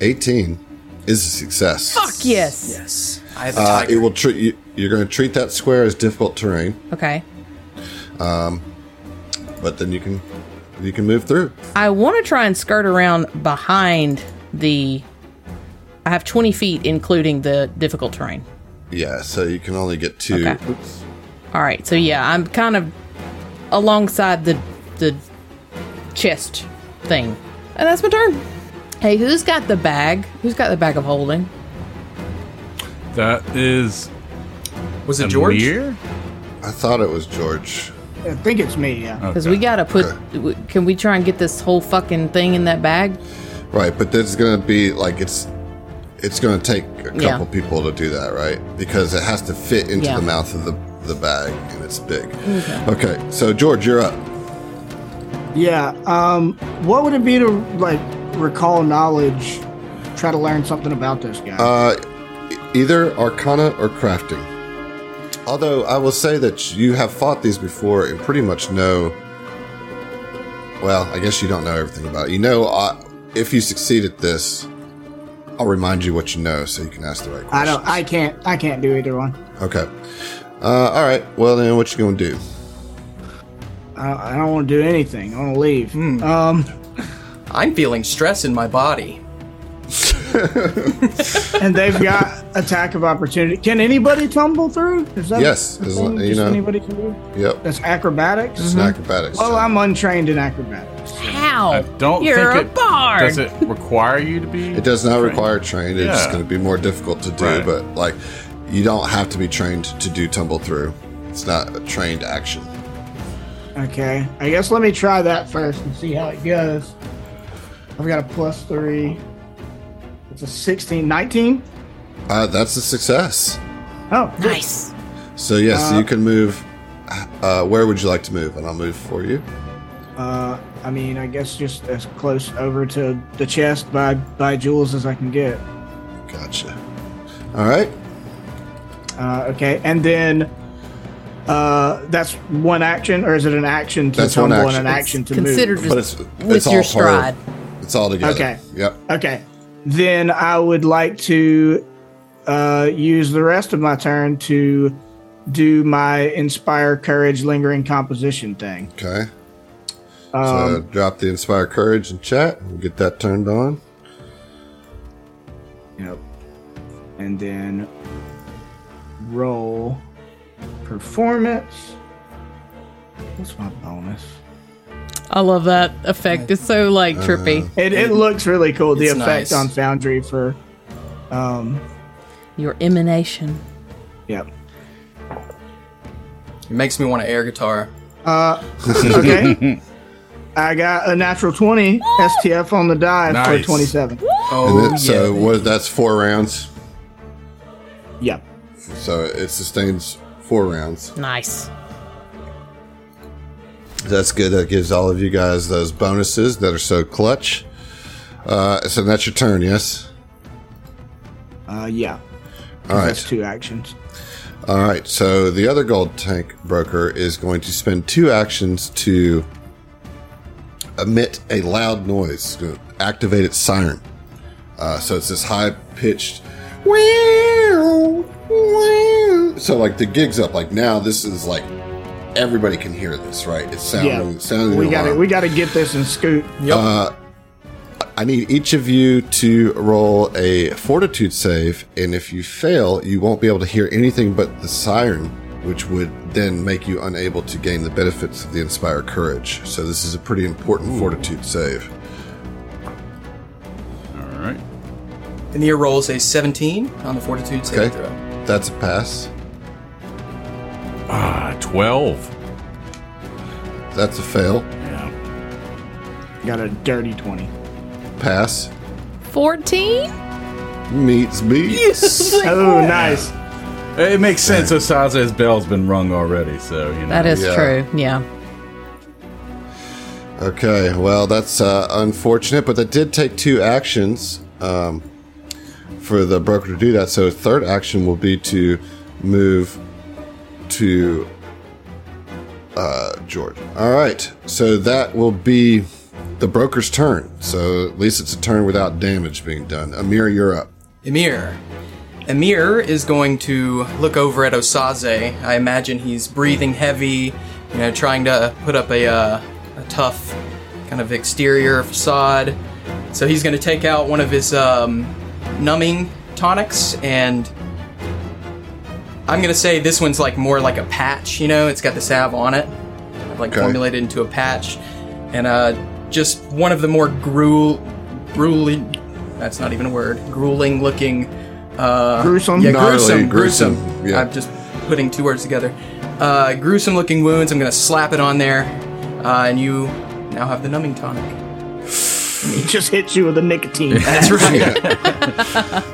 [SPEAKER 1] 18 is a success.
[SPEAKER 5] Fuck yes.
[SPEAKER 2] Yes. I have a
[SPEAKER 1] Uh,
[SPEAKER 2] tiger.
[SPEAKER 1] it will treat you. You're going to treat that square as difficult terrain,
[SPEAKER 5] Okay.
[SPEAKER 1] but then you can you can move through.
[SPEAKER 5] I want to try and skirt around behind the. I have 20 feet, including the difficult terrain.
[SPEAKER 1] Yeah. So you can only get two.
[SPEAKER 5] Okay.
[SPEAKER 1] Oops.
[SPEAKER 5] All right, so yeah, I'm kind of alongside the the chest thing, and that's my turn. Hey, who's got the bag? Who's got the bag of holding?
[SPEAKER 3] That is
[SPEAKER 2] was it George?
[SPEAKER 3] Amir?
[SPEAKER 1] I thought it was George.
[SPEAKER 4] I think it's me. Yeah.
[SPEAKER 1] Oh.
[SPEAKER 5] Because we gotta put. w Can we try and get this whole fucking thing in that bag?
[SPEAKER 1] Right, but there's going to be like it's it's going to take a couple
[SPEAKER 5] Yeah.
[SPEAKER 1] people to do that, right? Because it has to fit into
[SPEAKER 5] Yeah.
[SPEAKER 1] the mouth of the the bag, and it's big. Okay. so George, you're up.
[SPEAKER 4] Yeah. Um, what would it be to like recall knowledge? Try to learn something about this guy.
[SPEAKER 1] Uh, e- either Arcana or crafting. Although I will say that you have fought these before and pretty much know. Well, I guess you don't know everything about it. You know, uh, if you succeed at this, I'll remind you what you know, so you can ask the right
[SPEAKER 4] I
[SPEAKER 1] question.
[SPEAKER 4] don't. I can't. I can't do either one.
[SPEAKER 1] Okay. Uh, all right. Well, then, what you gonna do?
[SPEAKER 4] I, I don't want to do anything. I want to leave. Um,
[SPEAKER 2] I'm feeling stress in my body.
[SPEAKER 4] and they've got attack of opportunity. Can anybody tumble through? Is that
[SPEAKER 1] Yes,
[SPEAKER 4] a
[SPEAKER 1] as
[SPEAKER 4] thing
[SPEAKER 1] lo- you
[SPEAKER 4] just
[SPEAKER 1] know. Mm-hmm.
[SPEAKER 4] anybody can do?
[SPEAKER 1] Yep.
[SPEAKER 4] That's acrobatics.
[SPEAKER 1] It's an acrobatics.
[SPEAKER 4] Oh,
[SPEAKER 1] check.
[SPEAKER 4] I'm untrained in acrobatics.
[SPEAKER 5] How?
[SPEAKER 3] I don't
[SPEAKER 5] You're
[SPEAKER 3] think
[SPEAKER 5] a
[SPEAKER 3] it
[SPEAKER 5] bard.
[SPEAKER 3] does it require you to be.
[SPEAKER 1] It does not require trained. It's
[SPEAKER 3] Yeah.
[SPEAKER 1] going to be more difficult to do,
[SPEAKER 3] Right.
[SPEAKER 1] but like, you don't have to be trained to do tumble through. It's not a trained action.
[SPEAKER 4] Okay. I guess let me try that first and see how it goes. I've got a plus three. It's a 16, 19.
[SPEAKER 1] Uh, that's a success.
[SPEAKER 4] Oh, good.
[SPEAKER 5] Nice.
[SPEAKER 1] So yes, you can move. Uh, where would you like to move? And I'll move for you.
[SPEAKER 4] Uh, I mean, I guess just as close over to the chest by by Jules as I can get.
[SPEAKER 1] Gotcha. All right.
[SPEAKER 4] Uh, okay, and then uh, that's one action, or is it an action to
[SPEAKER 1] That's one
[SPEAKER 4] tumble
[SPEAKER 1] action.
[SPEAKER 4] and an
[SPEAKER 1] It's
[SPEAKER 4] action to
[SPEAKER 5] Consider
[SPEAKER 4] move?
[SPEAKER 1] But
[SPEAKER 5] just
[SPEAKER 1] it's
[SPEAKER 5] with
[SPEAKER 1] it's all
[SPEAKER 5] your
[SPEAKER 1] part
[SPEAKER 5] stride.
[SPEAKER 1] of- It's all together.
[SPEAKER 4] Okay.
[SPEAKER 1] Yep.
[SPEAKER 4] Okay, then I would like to uh, use the rest of my turn to do my inspire courage lingering composition thing.
[SPEAKER 1] Okay.
[SPEAKER 2] Um,
[SPEAKER 1] so drop the inspire courage in chat. We'll get that turned on.
[SPEAKER 4] Yep. And then roll performance. What's my bonus?
[SPEAKER 5] I love that effect. It's so like
[SPEAKER 1] Uh,
[SPEAKER 5] trippy.
[SPEAKER 4] It, it looks really cool. The
[SPEAKER 2] It's
[SPEAKER 4] effect
[SPEAKER 2] nice.
[SPEAKER 4] on Foundry for, um,
[SPEAKER 5] Your emanation.
[SPEAKER 4] yep.
[SPEAKER 2] It makes me want to air guitar.
[SPEAKER 4] Okay. I got a natural twenty STF on the die
[SPEAKER 3] Nice.
[SPEAKER 4] for twenty-seven.
[SPEAKER 1] And
[SPEAKER 2] Oh,
[SPEAKER 1] then, so
[SPEAKER 2] yeah.
[SPEAKER 1] what? That's four rounds.
[SPEAKER 4] Yep.
[SPEAKER 1] So it sustains four rounds.
[SPEAKER 5] Nice.
[SPEAKER 1] That's good. That gives all of you guys those bonuses that are so clutch. Uh, so that's your turn. Yes.
[SPEAKER 4] Uh, yeah.
[SPEAKER 1] All
[SPEAKER 4] That's
[SPEAKER 1] right.
[SPEAKER 4] two actions.
[SPEAKER 1] All right. So the other gold tank broker is going to spend two actions to emit a loud noise, to activate its siren. Uh, so it's this high pitched. So like the gig's up. Like now, this is like everybody can hear this, right? It's sounding.
[SPEAKER 4] Yeah.
[SPEAKER 1] sounding
[SPEAKER 4] We got
[SPEAKER 1] alarm.
[SPEAKER 4] to We got to get this and scoot.
[SPEAKER 1] I need each of you to roll a fortitude save, and if you fail, you won't be able to hear anything but the siren, which would then make you unable to gain the benefits of the Inspire Courage. So, this is a pretty important fortitude save.
[SPEAKER 3] All right.
[SPEAKER 2] And the rolls a 17 on the fortitude
[SPEAKER 1] Okay.
[SPEAKER 2] save throw.
[SPEAKER 1] That's a pass.
[SPEAKER 3] Ah, 12.
[SPEAKER 1] That's a fail.
[SPEAKER 3] Yeah.
[SPEAKER 4] Got a dirty 20.
[SPEAKER 1] Pass.
[SPEAKER 5] 14?
[SPEAKER 1] Meets beat.
[SPEAKER 4] Oh, nice.
[SPEAKER 3] It makes sense. Osaze's bell's been rung already, so you know.
[SPEAKER 5] That is
[SPEAKER 1] Yeah.
[SPEAKER 5] true. Yeah.
[SPEAKER 1] Okay, well, that's uh, unfortunate, but that did take two actions um, for the broker to do that. So, third action will be to move to uh, George. All right, so that will be the broker's turn. So, at least it's a turn without damage being done. Amir, you're up.
[SPEAKER 2] Emir. Emir is going to look over at Osaze. I imagine he's breathing heavy, you know, trying to put up a, uh, a tough kind of exterior facade. So he's going to take out one of his um, numbing tonics, and I'm going to say this one's like more like a patch, you know, it's got the salve on it, like
[SPEAKER 1] Okay.
[SPEAKER 2] formulated into a patch, and uh, just one of the more gruel, grueling, that's not even a word, grueling looking. Uh,
[SPEAKER 4] Gruesome?
[SPEAKER 2] Yeah,
[SPEAKER 1] Gnarly,
[SPEAKER 2] gruesome,
[SPEAKER 1] gruesome,
[SPEAKER 2] gruesome.
[SPEAKER 1] yeah.
[SPEAKER 2] I'm just putting two words together. Uh, gruesome looking wounds. I'm gonna slap it on there, uh, and you now have the numbing tonic.
[SPEAKER 4] He just hits you with a nicotine.
[SPEAKER 2] That's right.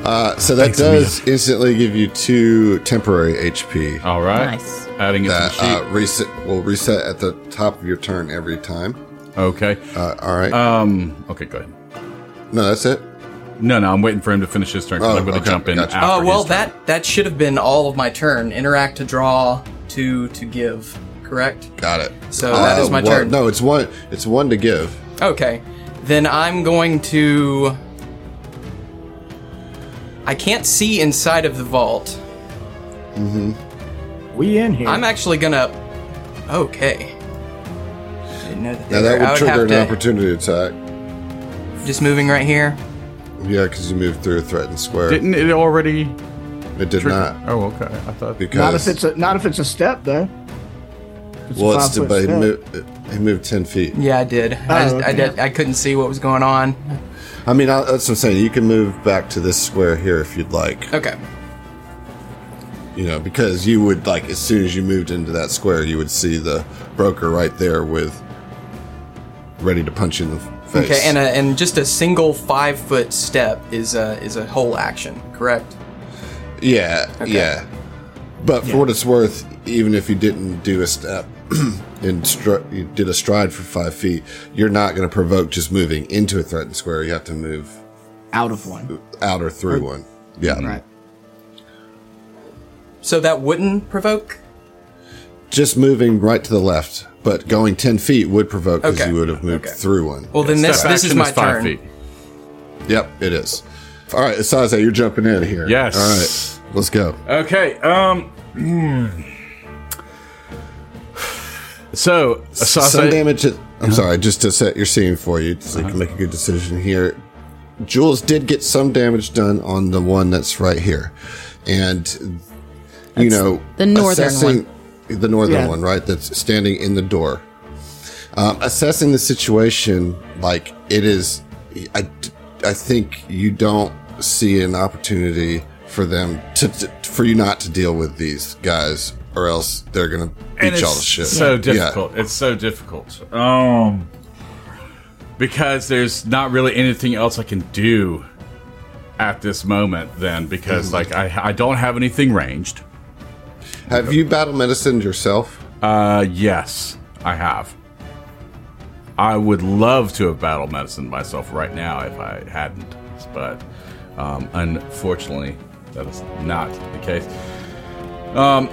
[SPEAKER 1] Uh, so, that does instantly give you two temporary HP.
[SPEAKER 3] All right.
[SPEAKER 5] Nice.
[SPEAKER 3] Adding it to the
[SPEAKER 1] That
[SPEAKER 3] sheet.
[SPEAKER 1] uh, reset will reset at the top of your turn every time.
[SPEAKER 3] okay.
[SPEAKER 1] Uh, all right.
[SPEAKER 3] Um. Okay. Go ahead.
[SPEAKER 1] no, that's it.
[SPEAKER 3] No, no. I'm waiting for him to finish his turn. 'cause
[SPEAKER 1] Oh,
[SPEAKER 3] I'm going to
[SPEAKER 1] okay,
[SPEAKER 3] jump in.
[SPEAKER 1] gotcha.
[SPEAKER 3] after
[SPEAKER 2] Oh well,
[SPEAKER 3] his turn.
[SPEAKER 2] that that should have been all of my turn. Interact to draw, to to give. Correct.
[SPEAKER 1] Got it.
[SPEAKER 2] So that is my
[SPEAKER 1] Uh, one-
[SPEAKER 2] turn.
[SPEAKER 1] No, it's one. It's one to give.
[SPEAKER 2] Okay, then I'm going to. I can't see inside of the vault.
[SPEAKER 4] we in here.
[SPEAKER 2] I'm actually gonna. Okay. I didn't know that they
[SPEAKER 1] Now
[SPEAKER 2] were-
[SPEAKER 1] that
[SPEAKER 2] I
[SPEAKER 1] would trigger an
[SPEAKER 2] have to,
[SPEAKER 1] opportunity attack.
[SPEAKER 2] Just moving right here.
[SPEAKER 1] Yeah, because you moved through a threatened square.
[SPEAKER 3] didn't it already?
[SPEAKER 1] it did
[SPEAKER 3] trigger-
[SPEAKER 1] not
[SPEAKER 3] Oh, okay. I thought.
[SPEAKER 4] not
[SPEAKER 1] because
[SPEAKER 4] if it's a not if it's a step though. If it's a
[SPEAKER 1] well, it's
[SPEAKER 4] five-foot
[SPEAKER 1] but he
[SPEAKER 4] step.
[SPEAKER 1] moved, he moved ten feet.
[SPEAKER 2] Yeah, I did. I,
[SPEAKER 4] Oh,
[SPEAKER 2] just, I
[SPEAKER 4] okay.
[SPEAKER 2] did. I couldn't see what was going on.
[SPEAKER 1] I mean, I, that's what I'm saying. You can move back to this square here if you'd like.
[SPEAKER 2] Okay.
[SPEAKER 1] You know, because you would like as soon as you moved into that square, you would see the broker right there with ready to punch you in the face.
[SPEAKER 2] Okay, and a, and just a single five foot step is a is a whole action, correct?
[SPEAKER 1] Yeah, yeah. But for what it's worth, even if you didn't do a step and str- you did a stride for five feet, you're not going to provoke just moving into a threatened square. You have to move
[SPEAKER 4] out of one.
[SPEAKER 1] out or through one. Yeah.
[SPEAKER 4] Right.
[SPEAKER 2] So that wouldn't provoke.
[SPEAKER 1] Just moving right to the left, but going 10 feet would provoke because
[SPEAKER 2] Okay.
[SPEAKER 1] you would have moved
[SPEAKER 2] Okay.
[SPEAKER 1] through one.
[SPEAKER 2] Well, then this
[SPEAKER 3] Step
[SPEAKER 2] this is
[SPEAKER 3] action
[SPEAKER 2] my
[SPEAKER 3] five
[SPEAKER 2] turn.
[SPEAKER 3] Feet.
[SPEAKER 1] yep, it is. All right, Asaze, you're jumping in here.
[SPEAKER 3] Yes.
[SPEAKER 1] All right, let's go.
[SPEAKER 3] Okay. Um. So, Uh-huh. Asase,
[SPEAKER 1] Some damage. At, I'm sorry, just to set your scene for you, so
[SPEAKER 3] Uh-huh.
[SPEAKER 1] you can make a good decision here. Jules did get some damage done on the one that's right here, and you know
[SPEAKER 5] the northern
[SPEAKER 1] assessing- the northern
[SPEAKER 4] Yeah.
[SPEAKER 1] one, right? That's standing in the door. Um, assessing the situation, like it is, I, I think you don't see an opportunity for them to, to for you not to deal with these guys, or else they're gonna
[SPEAKER 3] and
[SPEAKER 1] beat y'all
[SPEAKER 3] it's
[SPEAKER 1] to shit.
[SPEAKER 3] So
[SPEAKER 1] Yeah.
[SPEAKER 3] difficult. It's so difficult. Um, because there's not really anything else I can do at this moment. Then because
[SPEAKER 1] Mm-hmm.
[SPEAKER 3] like I I don't have anything ranged.
[SPEAKER 1] Have you battle medicined yourself?
[SPEAKER 3] Uh, yes, I have. I would love to have battle medicine myself right now if I hadn't, but um, unfortunately, that is not the case. Um,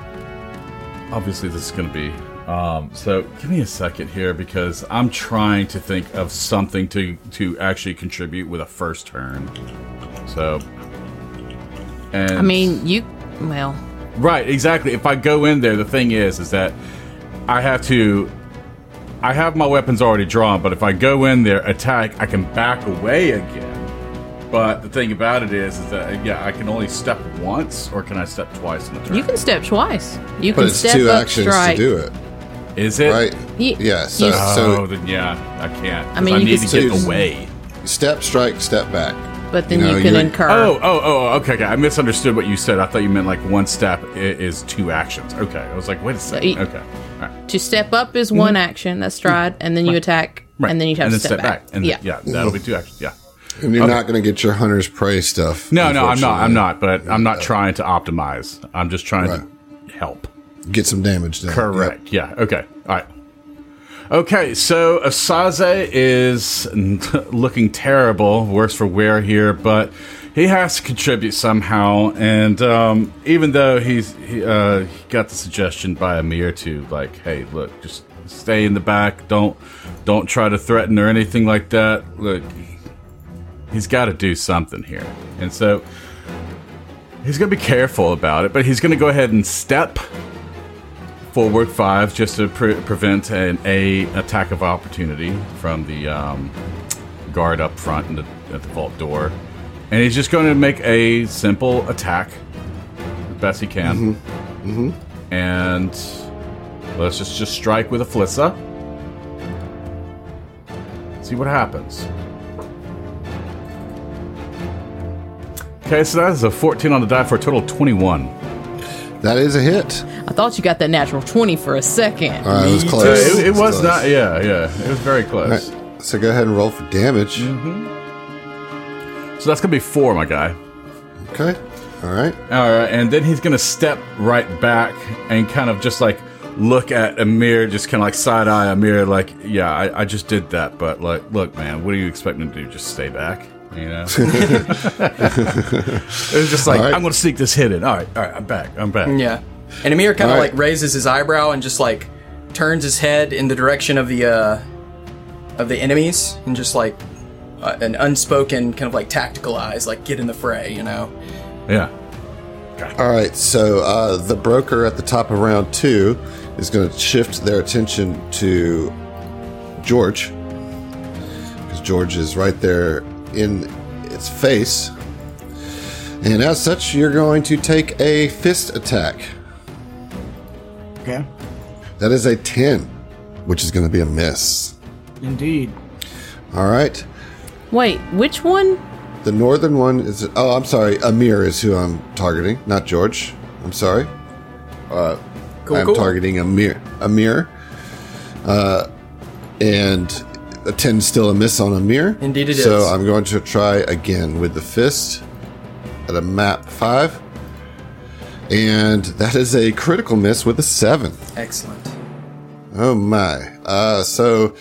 [SPEAKER 3] obviously, this is going to be. Um, so give me a second here because I'm trying to think of something to to actually contribute with a first turn. So, and
[SPEAKER 5] I mean, you. Well,
[SPEAKER 3] Right, exactly. If I go in there, the thing is, is that I have to. I have my weapons already drawn, but if I go in there, attack, I can back away again. But the thing about it is, is that yeah, I can only step once, or can I step twice in a turn?
[SPEAKER 5] you can step twice. You
[SPEAKER 1] But
[SPEAKER 5] can
[SPEAKER 1] it's
[SPEAKER 5] step
[SPEAKER 1] two
[SPEAKER 5] up,
[SPEAKER 1] actions to
[SPEAKER 5] strike.
[SPEAKER 1] do it,
[SPEAKER 3] Is it
[SPEAKER 1] right?
[SPEAKER 5] Ye-
[SPEAKER 1] yeah. So,
[SPEAKER 5] you-
[SPEAKER 3] Oh,
[SPEAKER 1] so
[SPEAKER 3] then yeah, I can't.
[SPEAKER 5] I mean,
[SPEAKER 3] I
[SPEAKER 5] you
[SPEAKER 3] need
[SPEAKER 5] can
[SPEAKER 3] to get
[SPEAKER 1] choose.
[SPEAKER 3] away.
[SPEAKER 1] step, strike, step back.
[SPEAKER 5] but then
[SPEAKER 1] No,
[SPEAKER 5] you can
[SPEAKER 1] you're-
[SPEAKER 5] incur.
[SPEAKER 3] Oh, oh, oh, okay, okay. I misunderstood what you said. I thought you meant like one step i- is two actions. Okay. I was like, wait a second.
[SPEAKER 5] e-
[SPEAKER 3] okay. All right.
[SPEAKER 5] To step up is one action, that's stride, and then you attack,
[SPEAKER 3] Right.
[SPEAKER 5] Mm-hmm. and then you have to step, back.
[SPEAKER 3] And
[SPEAKER 5] yeah.
[SPEAKER 3] yeah. yeah, that'll be two actions. Yeah.
[SPEAKER 1] And you're not going to get your hunter's prey stuff.
[SPEAKER 3] No, no, I'm not. I'm
[SPEAKER 1] unfortunately.
[SPEAKER 3] not. But I'm not trying to optimize. I'm just trying to help.
[SPEAKER 1] Get some damage done.
[SPEAKER 3] Correct. Yeah. Okay. All right. Okay. So Asaze is looking terrible, worse for wear here, but he has to contribute somehow. And um, even though he's he, uh, he got the suggestion by Amir to like, hey, look, just stay in the back. Don't don't try to threaten or anything like that. Look, he's got to do something here, and so. He's going to be careful about it, but he's going to go ahead and step forward five just to pre- prevent an a attack of opportunity from the um, guard up front in the, at the vault door, and he's just going to make a simple attack, the best he can, and let's just just strike with a flissa. See what happens. Okay, so that is a 14 on the die for a total of 21.
[SPEAKER 1] Yep. That is a hit.
[SPEAKER 5] I thought you got that natural 20 for a second.
[SPEAKER 1] All right, it was close.
[SPEAKER 3] Uh, it, it
[SPEAKER 1] It's
[SPEAKER 3] was
[SPEAKER 1] close.
[SPEAKER 3] not. Yeah, yeah. It was very
[SPEAKER 1] All
[SPEAKER 3] close.
[SPEAKER 1] right, so go ahead and roll for damage.
[SPEAKER 3] Mm-hmm. So that's gonna be four, my guy.
[SPEAKER 1] Okay. All right.
[SPEAKER 3] All right, and then he's gonna step right back and kind of just like look at Amir, just kind of like side eye Amir, like, yeah, I, I just did that, but like, look, man, what do you expect me to do? Just stay back, you know? it was just like,
[SPEAKER 1] All right.
[SPEAKER 3] I'm gonna sneak this hit in. All right, all right, I'm back, I'm back.
[SPEAKER 2] Yeah. And Amir kind of
[SPEAKER 1] All right.
[SPEAKER 2] like raises his eyebrow and just like turns his head in the direction of the uh of the enemies and just like uh, an unspoken kind of like tactical eyes like get in the fray, you know.
[SPEAKER 3] Yeah.
[SPEAKER 1] All right. So uh, the broker at the top of round two is going to shift their attention to George because George is right there in its face, and as such, you're going to take a fist attack.
[SPEAKER 4] Okay.
[SPEAKER 1] That is a ten, which is going to be a miss.
[SPEAKER 4] Indeed.
[SPEAKER 1] All right.
[SPEAKER 5] Wait, which one?
[SPEAKER 1] The northern one is. Oh, I'm sorry. Amir is who I'm targeting, not George. I'm sorry.
[SPEAKER 2] Cool,
[SPEAKER 1] I'm
[SPEAKER 2] cool.
[SPEAKER 1] targeting Amir. Amir. Uh, and a 10 still a miss on Amir.
[SPEAKER 2] Indeed it
[SPEAKER 1] so
[SPEAKER 2] is.
[SPEAKER 1] I'm going to try again with the fist at a map 5. And that is a critical miss with a 7.
[SPEAKER 2] Excellent.
[SPEAKER 1] Oh my. Uh, so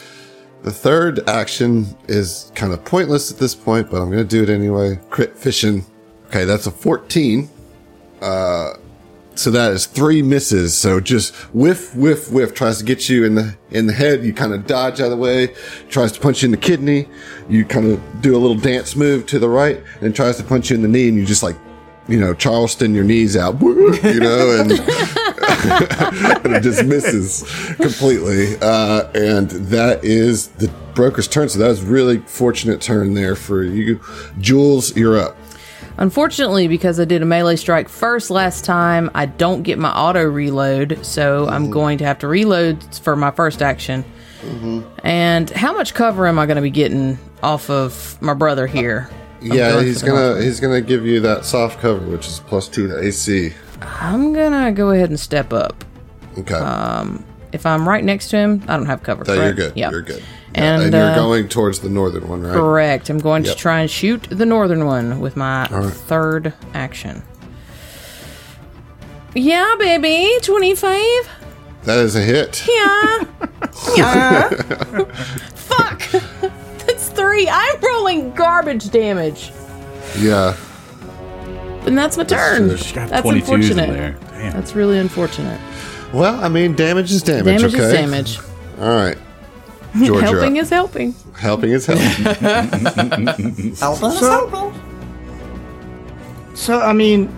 [SPEAKER 1] the third action is kind of pointless at this point, but I'm going to do it anyway. Crit fishing. Okay, that's a 14. Uh, so that is three misses. So just whiff, whiff, whiff tries to get you in the in the head. You kind of dodge out of the way. Tries to punch you in the kidney. You kind of do a little dance move to the right, and tries to punch you in the knee. And you just like, you know, Charleston your knees out, you know, and and it just misses completely. Uh, and that is the broker's turn. So that was really fortunate turn there for you, Jules. You're up.
[SPEAKER 5] Unfortunately, because I did a melee strike first last time, I don't get my auto reload, so
[SPEAKER 1] Mm-hmm.
[SPEAKER 5] I'm going to have to reload for my first action.
[SPEAKER 1] Mm-hmm.
[SPEAKER 5] And how much cover am I going to be getting off of my brother here?
[SPEAKER 1] yeah,
[SPEAKER 5] going
[SPEAKER 1] he's
[SPEAKER 5] for the
[SPEAKER 1] gonna he's gonna give you that soft cover, which is plus two to AC.
[SPEAKER 5] I'm going to go ahead and step up.
[SPEAKER 1] Okay,
[SPEAKER 5] If I'm right next to him, I don't have cover.
[SPEAKER 1] so you're
[SPEAKER 5] Uh, correct?
[SPEAKER 1] good.
[SPEAKER 5] Yeah.
[SPEAKER 1] You're good.
[SPEAKER 5] And,
[SPEAKER 1] and you're
[SPEAKER 5] uh,
[SPEAKER 1] going towards the northern one, right?
[SPEAKER 5] Correct. I'm going
[SPEAKER 1] Yep.
[SPEAKER 5] to try and shoot the northern one with my
[SPEAKER 1] right.
[SPEAKER 5] third action. Yeah, baby. 25.
[SPEAKER 1] That is a hit.
[SPEAKER 5] Yeah. yeah. Fuck. That's three. I'm rolling garbage damage.
[SPEAKER 1] Yeah.
[SPEAKER 5] And that's my turn.
[SPEAKER 1] true.
[SPEAKER 5] That's,
[SPEAKER 1] She
[SPEAKER 3] got 22s in
[SPEAKER 5] unfortunate.
[SPEAKER 3] there. Damn.
[SPEAKER 5] That's really unfortunate.
[SPEAKER 1] Well, I mean, damage is damage.
[SPEAKER 5] Damage
[SPEAKER 1] okay.
[SPEAKER 5] is damage.
[SPEAKER 1] All right. George, you're
[SPEAKER 5] helping
[SPEAKER 1] up.
[SPEAKER 5] is helping.
[SPEAKER 1] helping is helping.
[SPEAKER 4] So I mean,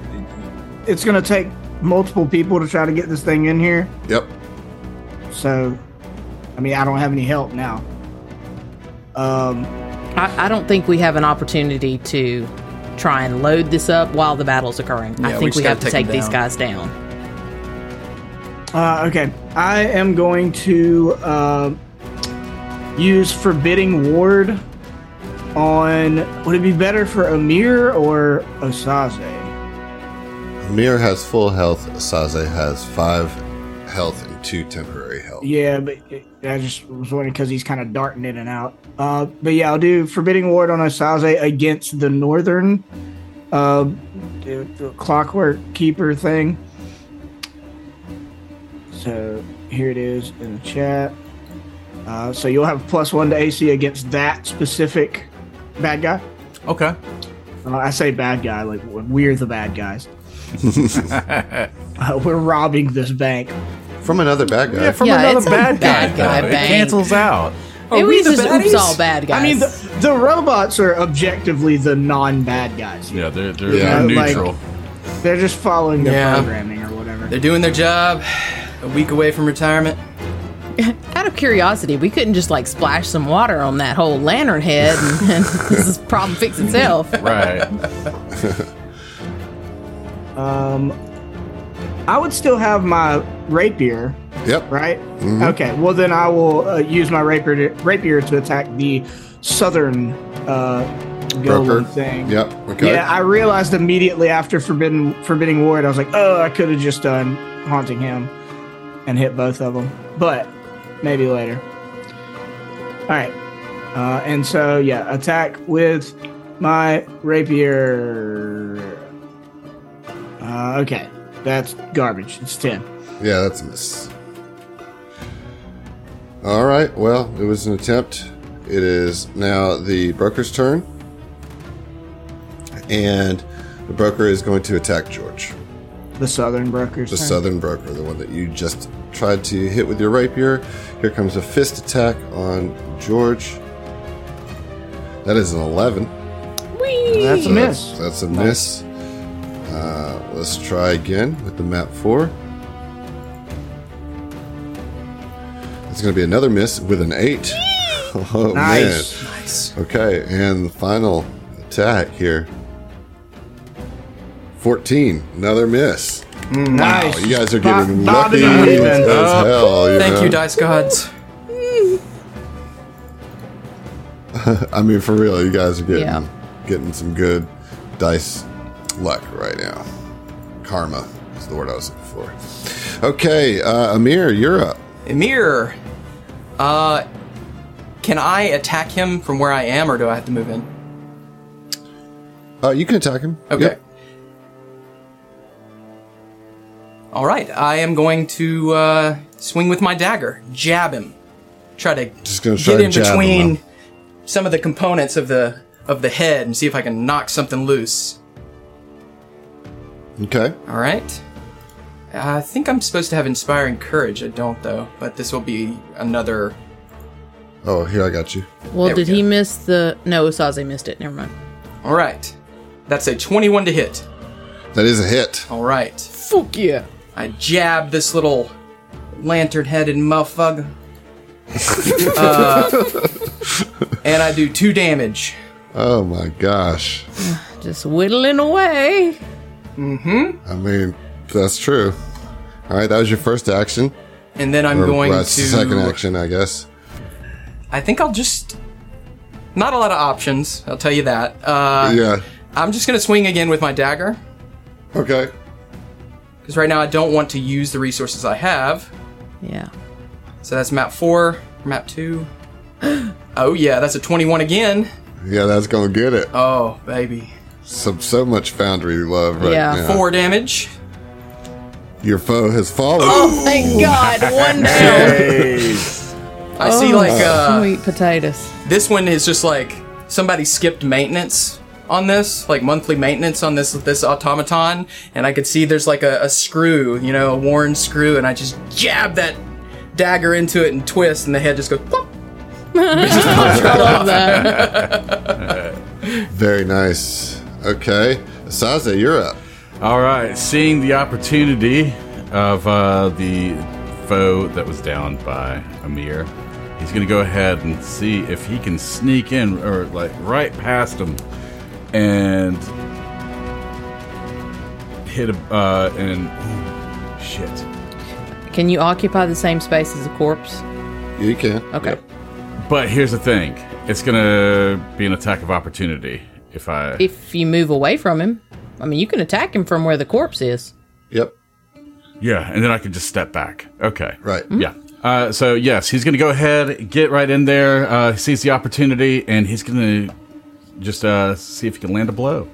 [SPEAKER 4] it's gonna take multiple people to try to get this thing in here.
[SPEAKER 1] yep.
[SPEAKER 4] So, I mean, I don't have any help now. Um,
[SPEAKER 5] I, I don't think we have an opportunity to try and load this up while the battle's occurring.
[SPEAKER 2] Yeah,
[SPEAKER 5] I
[SPEAKER 2] we
[SPEAKER 5] think
[SPEAKER 2] just
[SPEAKER 5] we,
[SPEAKER 2] gotta
[SPEAKER 5] have to
[SPEAKER 2] take 'em
[SPEAKER 5] take these
[SPEAKER 2] down.
[SPEAKER 5] guys down.
[SPEAKER 4] Uh, okay, I am going to uh, use Forbidding Ward on. Would it be better for Amir or Osaze?
[SPEAKER 1] Mir has full health. Saze has five health and two temporary health.
[SPEAKER 4] Yeah, but it- I just was wondering because he's kind of darting in and out. Uh, but yeah, I'll do Forbidding Ward on Osaze against the Northern uh, the- the Clockwork Keeper thing. So here it is in the chat. Uh, so you'll have plus one to AC against that specific bad guy.
[SPEAKER 3] Okay.
[SPEAKER 4] Uh, I say bad guy, like we're the bad guys. Uh, we're robbing this bank.
[SPEAKER 1] From another bad guy.
[SPEAKER 3] Yeah, from
[SPEAKER 5] Yeah,
[SPEAKER 3] another
[SPEAKER 5] it's a
[SPEAKER 3] bad,
[SPEAKER 5] bad
[SPEAKER 3] guy.
[SPEAKER 5] guy
[SPEAKER 3] though. It
[SPEAKER 5] bank.
[SPEAKER 3] cancels out.
[SPEAKER 5] It
[SPEAKER 2] we
[SPEAKER 5] was
[SPEAKER 2] the
[SPEAKER 5] just oops
[SPEAKER 2] baddies?
[SPEAKER 5] all bad guys.
[SPEAKER 4] I mean, the, the robots are objectively the non-bad guys.
[SPEAKER 3] Yeah, they're they're,
[SPEAKER 1] Yeah,
[SPEAKER 3] they're
[SPEAKER 4] like-
[SPEAKER 3] neutral.
[SPEAKER 4] They're just following their
[SPEAKER 2] Yeah.
[SPEAKER 4] programming or whatever.
[SPEAKER 2] They're doing their job. A week away from retirement.
[SPEAKER 5] out of curiosity, we couldn't just like splash some water on that whole lantern head and, and this problem fix itself.
[SPEAKER 3] right.
[SPEAKER 4] Um, I would still have my rapier,
[SPEAKER 1] Yep.
[SPEAKER 4] right?
[SPEAKER 1] Mm-hmm.
[SPEAKER 4] Okay. Well, then I will uh, use my rapier to, rapier to attack the southern uh,
[SPEAKER 1] Broker.
[SPEAKER 4] golem thing.
[SPEAKER 1] Yep. Okay.
[SPEAKER 4] Yeah, I realized immediately after Forbidden Forbidding Ward, I was like, oh, I could have just done Haunting Him and hit both of them, but maybe later. All right, uh, and so yeah, attack with my rapier. Uh, okay, that's garbage. It's ten.
[SPEAKER 1] Yeah, that's a miss. All right. Well, it was an attempt. It is now the broker's turn, and the broker is going to attack George,
[SPEAKER 4] The Southern Brokers.
[SPEAKER 1] the
[SPEAKER 4] turn.
[SPEAKER 1] southern broker, the one that you just tried to hit with your rapier. Here comes a fist attack on George. That is an eleven.
[SPEAKER 5] Whee!
[SPEAKER 4] That's a
[SPEAKER 1] So
[SPEAKER 4] miss.
[SPEAKER 1] That's, that's a miss. Uh, let's try again with the map four. It's going to be another miss with an eight. Oh,
[SPEAKER 4] Nice.
[SPEAKER 1] man. Okay, and the final attack here. 14. Another miss.
[SPEAKER 4] Nice.
[SPEAKER 1] Oh, you guys are
[SPEAKER 4] Bob-
[SPEAKER 1] getting
[SPEAKER 4] Bobby
[SPEAKER 1] lucky
[SPEAKER 4] Eaton.
[SPEAKER 1] as
[SPEAKER 3] Up.
[SPEAKER 1] hell. You
[SPEAKER 2] Thank
[SPEAKER 1] know?
[SPEAKER 2] you, dice gods.
[SPEAKER 1] I mean, for real, you guys are getting
[SPEAKER 5] Yeah.
[SPEAKER 1] getting some good dice luck right now. Karma is the word I was looking for. Okay, uh, Amir, you're up.
[SPEAKER 2] Emir. Uh, can I attack him from where I am, or do I have to move in?
[SPEAKER 1] Uh, you can attack him.
[SPEAKER 2] Okay.
[SPEAKER 1] Yep.
[SPEAKER 2] All right, I am going to uh, swing with my dagger, jab him, try to
[SPEAKER 1] Just gonna try
[SPEAKER 2] get
[SPEAKER 1] to
[SPEAKER 2] in
[SPEAKER 1] jab him,
[SPEAKER 2] between
[SPEAKER 1] huh?
[SPEAKER 2] some of the components of the of the head and see if I can knock something loose.
[SPEAKER 1] Okay.
[SPEAKER 2] All right. I think I'm supposed to have inspiring courage. I don't though, but this will be another.
[SPEAKER 1] Oh, here I got you.
[SPEAKER 5] well,
[SPEAKER 2] there we
[SPEAKER 5] did he
[SPEAKER 2] go.
[SPEAKER 5] miss the? No, Osaze missed it. Never mind.
[SPEAKER 2] All right, that's a 21 to hit.
[SPEAKER 1] That is a hit.
[SPEAKER 2] All right.
[SPEAKER 5] Fuck yeah!
[SPEAKER 2] I jab this little lantern-headed motherfucker. Uh, and I do two damage.
[SPEAKER 1] Oh my gosh.
[SPEAKER 5] Just whittling away.
[SPEAKER 1] I mean, that's true. All right, that was your first action.
[SPEAKER 2] And then I'm
[SPEAKER 1] Or,
[SPEAKER 2] going
[SPEAKER 1] well,
[SPEAKER 2] to
[SPEAKER 1] it's the second action, I guess.
[SPEAKER 2] I think I'll just not a lot of options, I'll tell you that. Uh,
[SPEAKER 1] yeah.
[SPEAKER 2] I'm just gonna swing again with my dagger.
[SPEAKER 1] Okay.
[SPEAKER 2] Because right now I don't want to use the resources I have.
[SPEAKER 5] Yeah.
[SPEAKER 2] So that's map four, map two. Oh yeah, that's a 21 again.
[SPEAKER 1] Yeah, that's gonna get it.
[SPEAKER 2] Oh baby,
[SPEAKER 1] So so much foundry love right
[SPEAKER 5] Yeah.
[SPEAKER 1] now.
[SPEAKER 2] four damage.
[SPEAKER 1] Your foe has fallen.
[SPEAKER 5] Oh, thank God! One down.
[SPEAKER 2] I
[SPEAKER 5] Oh.
[SPEAKER 2] see like uh,
[SPEAKER 5] Sweet potatoes.
[SPEAKER 2] this one is just like somebody skipped maintenance on this, like monthly maintenance on this this automaton, and I could see there's like a, a screw, you know, a worn screw, and I just jab that dagger into it and twist, and the head just goes. Plop.
[SPEAKER 5] Love that.
[SPEAKER 1] Very nice. Okay. Asaza, you're up.
[SPEAKER 3] All right. Seeing the opportunity of uh, the foe that was downed by Amir, he's going to go ahead and see if he can sneak in or like right past him and hit a uh, and shit.
[SPEAKER 5] Can you occupy the same space as a corpse?
[SPEAKER 1] You can.
[SPEAKER 5] Okay.
[SPEAKER 1] Yep.
[SPEAKER 3] But here's the thing. It's gonna be an attack of opportunity if I.
[SPEAKER 5] If you move away from him, I mean, you can attack him from where the corpse is.
[SPEAKER 1] Yep.
[SPEAKER 3] yeah, and then I can just step back. Okay.
[SPEAKER 1] Right.
[SPEAKER 5] Mm-hmm.
[SPEAKER 3] Yeah. Uh, so yes, he's gonna go ahead, get right in there. Uh, sees the opportunity, and he's gonna just uh, see if he can land a blow.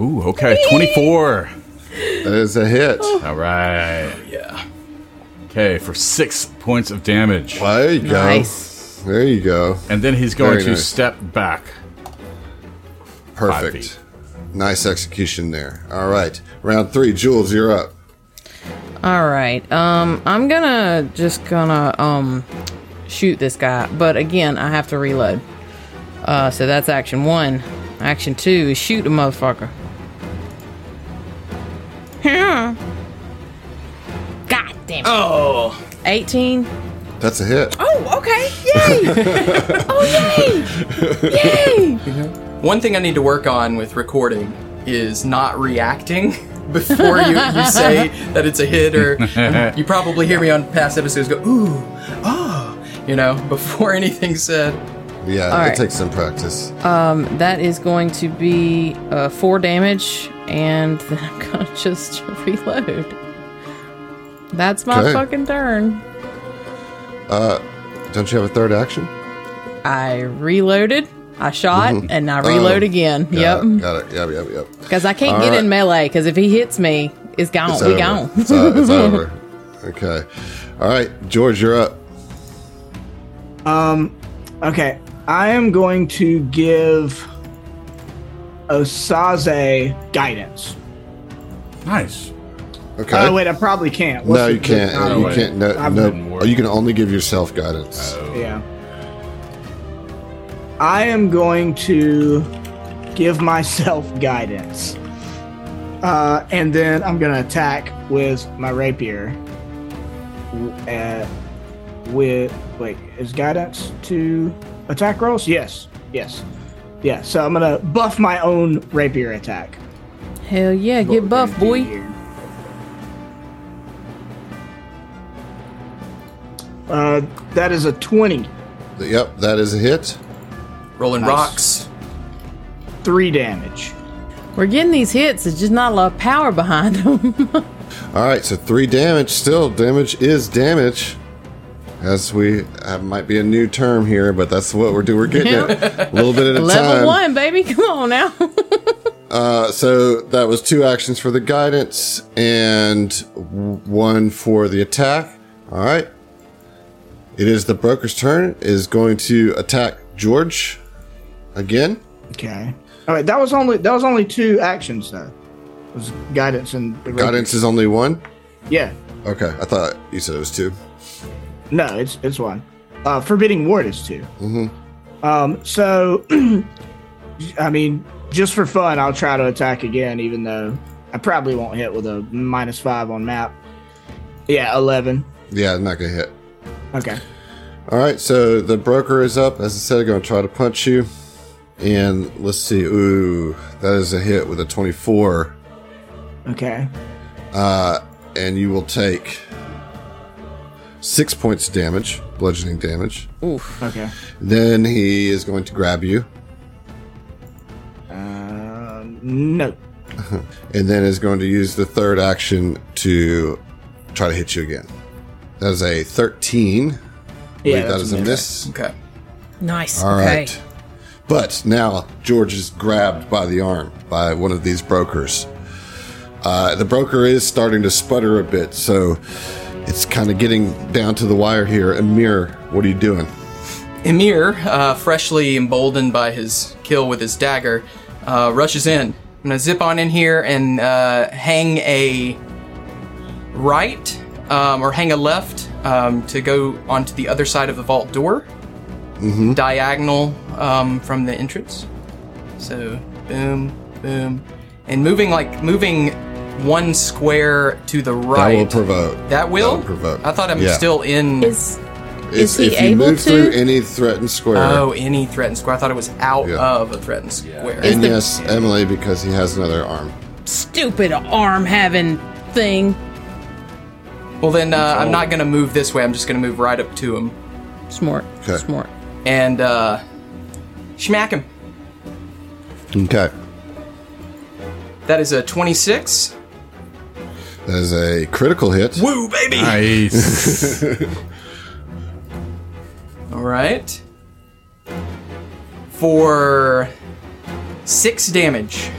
[SPEAKER 3] Ooh, okay, twenty-four.
[SPEAKER 1] That is a hit.
[SPEAKER 5] Oh.
[SPEAKER 3] All right.
[SPEAKER 2] Yeah.
[SPEAKER 3] Okay, for six points of damage,
[SPEAKER 1] There you go.
[SPEAKER 5] Nice.
[SPEAKER 1] There you go.
[SPEAKER 3] and then he's going
[SPEAKER 1] Very
[SPEAKER 3] to
[SPEAKER 1] nice.
[SPEAKER 3] step back.
[SPEAKER 1] Perfect. Nice execution there. All right. Round three. Jules, you're up.
[SPEAKER 5] All right. Um, I'm gonna just gonna um shoot this guy, but again, I have to reload. Uh, so that's action one. Action two is shoot the motherfucker. Yeah. God damn it.
[SPEAKER 2] Oh,
[SPEAKER 5] 18.
[SPEAKER 1] That's a hit.
[SPEAKER 5] Oh, okay. Yay. oh, yay. Yay.
[SPEAKER 2] one thing I need to work on with recording is not reacting before you, you say that it's a hit or you probably hear me on past episodes go, ooh, oh, you know, before anything's said.
[SPEAKER 1] Yeah, it
[SPEAKER 5] right. Uh.
[SPEAKER 1] takes some practice.
[SPEAKER 5] That is going to be uh, four damage, and then I'm gonna just reload. That's my
[SPEAKER 1] Okay.
[SPEAKER 5] fucking turn.
[SPEAKER 1] Don't you have a third action?
[SPEAKER 5] I reloaded, I shot, and I
[SPEAKER 1] Oh.
[SPEAKER 5] reload again.
[SPEAKER 1] Got It,
[SPEAKER 5] yep.
[SPEAKER 1] Uh, got it. Yep, yep, yep.
[SPEAKER 5] Because I can't
[SPEAKER 1] All
[SPEAKER 5] get
[SPEAKER 1] right.
[SPEAKER 5] in melee, because if he hits me, it's gone.
[SPEAKER 1] It's
[SPEAKER 5] Oh, we
[SPEAKER 1] over.
[SPEAKER 5] gone.
[SPEAKER 1] It's, o- it's over. Okay. All right, George, you're up.
[SPEAKER 4] Okay, I am going to give Osaze guidance.
[SPEAKER 3] Nice.
[SPEAKER 1] Okay.
[SPEAKER 4] Oh wait, I probably can't. What's
[SPEAKER 1] no,
[SPEAKER 4] the-
[SPEAKER 1] you can't.
[SPEAKER 4] Oh,
[SPEAKER 1] you
[SPEAKER 3] wait.
[SPEAKER 1] can't. No,
[SPEAKER 4] I'm-
[SPEAKER 3] Didn't
[SPEAKER 1] no.
[SPEAKER 3] work.
[SPEAKER 1] You can only give yourself guidance.
[SPEAKER 4] Yeah. I am going to give myself guidance. Uh, and then I'm going to attack with my rapier. W- Uh, with, wait, is guidance to attack rolls? Yes. Yes. Yeah, so I'm going to buff my own rapier attack.
[SPEAKER 5] Hell yeah, get buff, boy.
[SPEAKER 4] Uh, that is a 20.
[SPEAKER 1] Yep, that is a hit.
[SPEAKER 2] Rolling rocks.
[SPEAKER 4] three damage.
[SPEAKER 5] We're getting these hits, it's just not a lot of power behind them.
[SPEAKER 1] All right, so three damage. Still, damage is damage. As we uh, might be a new term here, but that's what we're doing. We're getting it a little bit at a
[SPEAKER 5] Level
[SPEAKER 1] time.
[SPEAKER 5] one, baby. Come on now.
[SPEAKER 1] Uh, so that was two actions for the guidance and w- one for the attack. All right. It is the broker's turn. Is going to attack George again.
[SPEAKER 4] Okay. All right. That was only that was only two actions though. It was guidance and the rapier.
[SPEAKER 1] Guidance is only one.
[SPEAKER 4] Yeah.
[SPEAKER 1] Okay, I thought you said it was two.
[SPEAKER 4] No, it's it's one. Uh, forbidding ward is 2 Mm-hmm. Um. So, I mean, just for fun, I'll try to attack again, even though I probably won't hit with a minus five on map. Yeah, eleven.
[SPEAKER 1] Yeah, I'm not gonna hit.
[SPEAKER 4] Okay.
[SPEAKER 1] All right, so the broker is up. As I said, going to try to punch you. And let's see. Ooh, that is a hit with a 24.
[SPEAKER 4] Okay.
[SPEAKER 1] Uh, and you will take six points of damage, bludgeoning damage.
[SPEAKER 4] Okay.
[SPEAKER 1] Then he is going to grab you,
[SPEAKER 4] Um. No.
[SPEAKER 1] and then is going to use the third action to try to hit you again. That is a 13.
[SPEAKER 4] Yeah.
[SPEAKER 1] Wait, that
[SPEAKER 4] that's
[SPEAKER 1] is a miss.
[SPEAKER 2] Okay.
[SPEAKER 5] nice.
[SPEAKER 1] All
[SPEAKER 5] okay.
[SPEAKER 1] right. But now George is grabbed by the arm by one of these brokers. Uh, the broker is starting to sputter a bit, so it's kind of getting down to the wire here. Amir, what are you doing?
[SPEAKER 2] Emir, uh, freshly emboldened by his kill with his dagger, uh, rushes in. I'm gonna zip on in here and uh, hang a right um, or hang a left um, to go onto the other side of the vault door,
[SPEAKER 1] Mm-hmm.
[SPEAKER 2] diagonal um, from the entrance. So boom, boom, and moving like moving one square to the
[SPEAKER 1] That
[SPEAKER 2] right.
[SPEAKER 1] will provoke.
[SPEAKER 2] That will?
[SPEAKER 1] provoke.
[SPEAKER 2] I thought I'm
[SPEAKER 1] Yeah.
[SPEAKER 2] still in.
[SPEAKER 5] Is,
[SPEAKER 1] It's-
[SPEAKER 5] is he
[SPEAKER 1] if you
[SPEAKER 5] able
[SPEAKER 1] move
[SPEAKER 5] to?
[SPEAKER 1] through any threatened square,
[SPEAKER 2] Oh, any threatened square. I thought it was out
[SPEAKER 1] Yeah.
[SPEAKER 2] of a threatened square.
[SPEAKER 1] and
[SPEAKER 5] the-
[SPEAKER 1] yes, Emily, because he has another arm.
[SPEAKER 5] Stupid arm having thing.
[SPEAKER 2] Well, then uh, I'm not going to move this way. I'm just going to move right up to him.
[SPEAKER 5] Smart.
[SPEAKER 1] Okay.
[SPEAKER 5] Smart.
[SPEAKER 2] and uh, smack him.
[SPEAKER 1] Okay.
[SPEAKER 2] That is a 26.
[SPEAKER 1] That is a critical hit.
[SPEAKER 2] Woo, baby!
[SPEAKER 3] Nice.
[SPEAKER 2] All right. For six damage.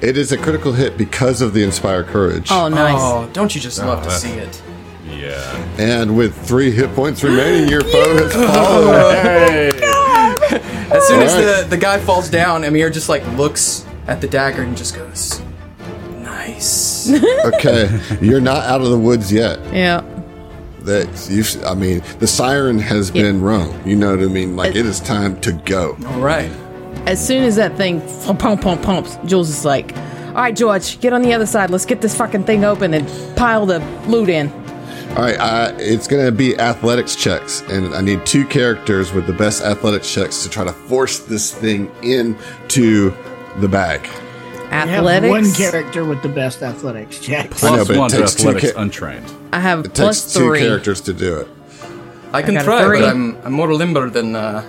[SPEAKER 1] It is a critical hit because of the Inspire Courage.
[SPEAKER 5] Oh, nice.
[SPEAKER 2] Oh, don't you just love to
[SPEAKER 3] that's-
[SPEAKER 2] see it?
[SPEAKER 3] yeah.
[SPEAKER 1] And with three hit points remaining, your foe has fallen.
[SPEAKER 3] Hey.
[SPEAKER 2] As soon as
[SPEAKER 1] Alright.
[SPEAKER 2] the, the guy falls down, Amir just like looks at the dagger and just goes, "Nice."
[SPEAKER 1] Okay, you're not out of the woods yet.
[SPEAKER 5] Yeah.
[SPEAKER 1] That you, I mean, the siren has been rung. You know what I mean? Like it is time to go.
[SPEAKER 2] All right.
[SPEAKER 5] As soon as that thing f- pump pump pumps, Jules is like, "All right, George, get on the other side. Let's get this fucking thing open and pile the loot in."
[SPEAKER 1] All right, I, it's going to be athletics checks, and I need two characters with the best athletics checks to try to force this thing into the bag.
[SPEAKER 4] I have
[SPEAKER 5] Athletics.
[SPEAKER 4] one character with the best athletics checks.
[SPEAKER 1] I know,
[SPEAKER 3] Plus
[SPEAKER 1] but it
[SPEAKER 3] one to
[SPEAKER 1] takes two
[SPEAKER 3] athletics
[SPEAKER 1] ca-
[SPEAKER 3] untrained.
[SPEAKER 5] I have
[SPEAKER 1] It
[SPEAKER 5] plus
[SPEAKER 1] takes two
[SPEAKER 5] three.
[SPEAKER 1] characters to do it.
[SPEAKER 2] I can
[SPEAKER 5] got a
[SPEAKER 2] try,
[SPEAKER 5] three.
[SPEAKER 2] but I'm I'm more limber than uh,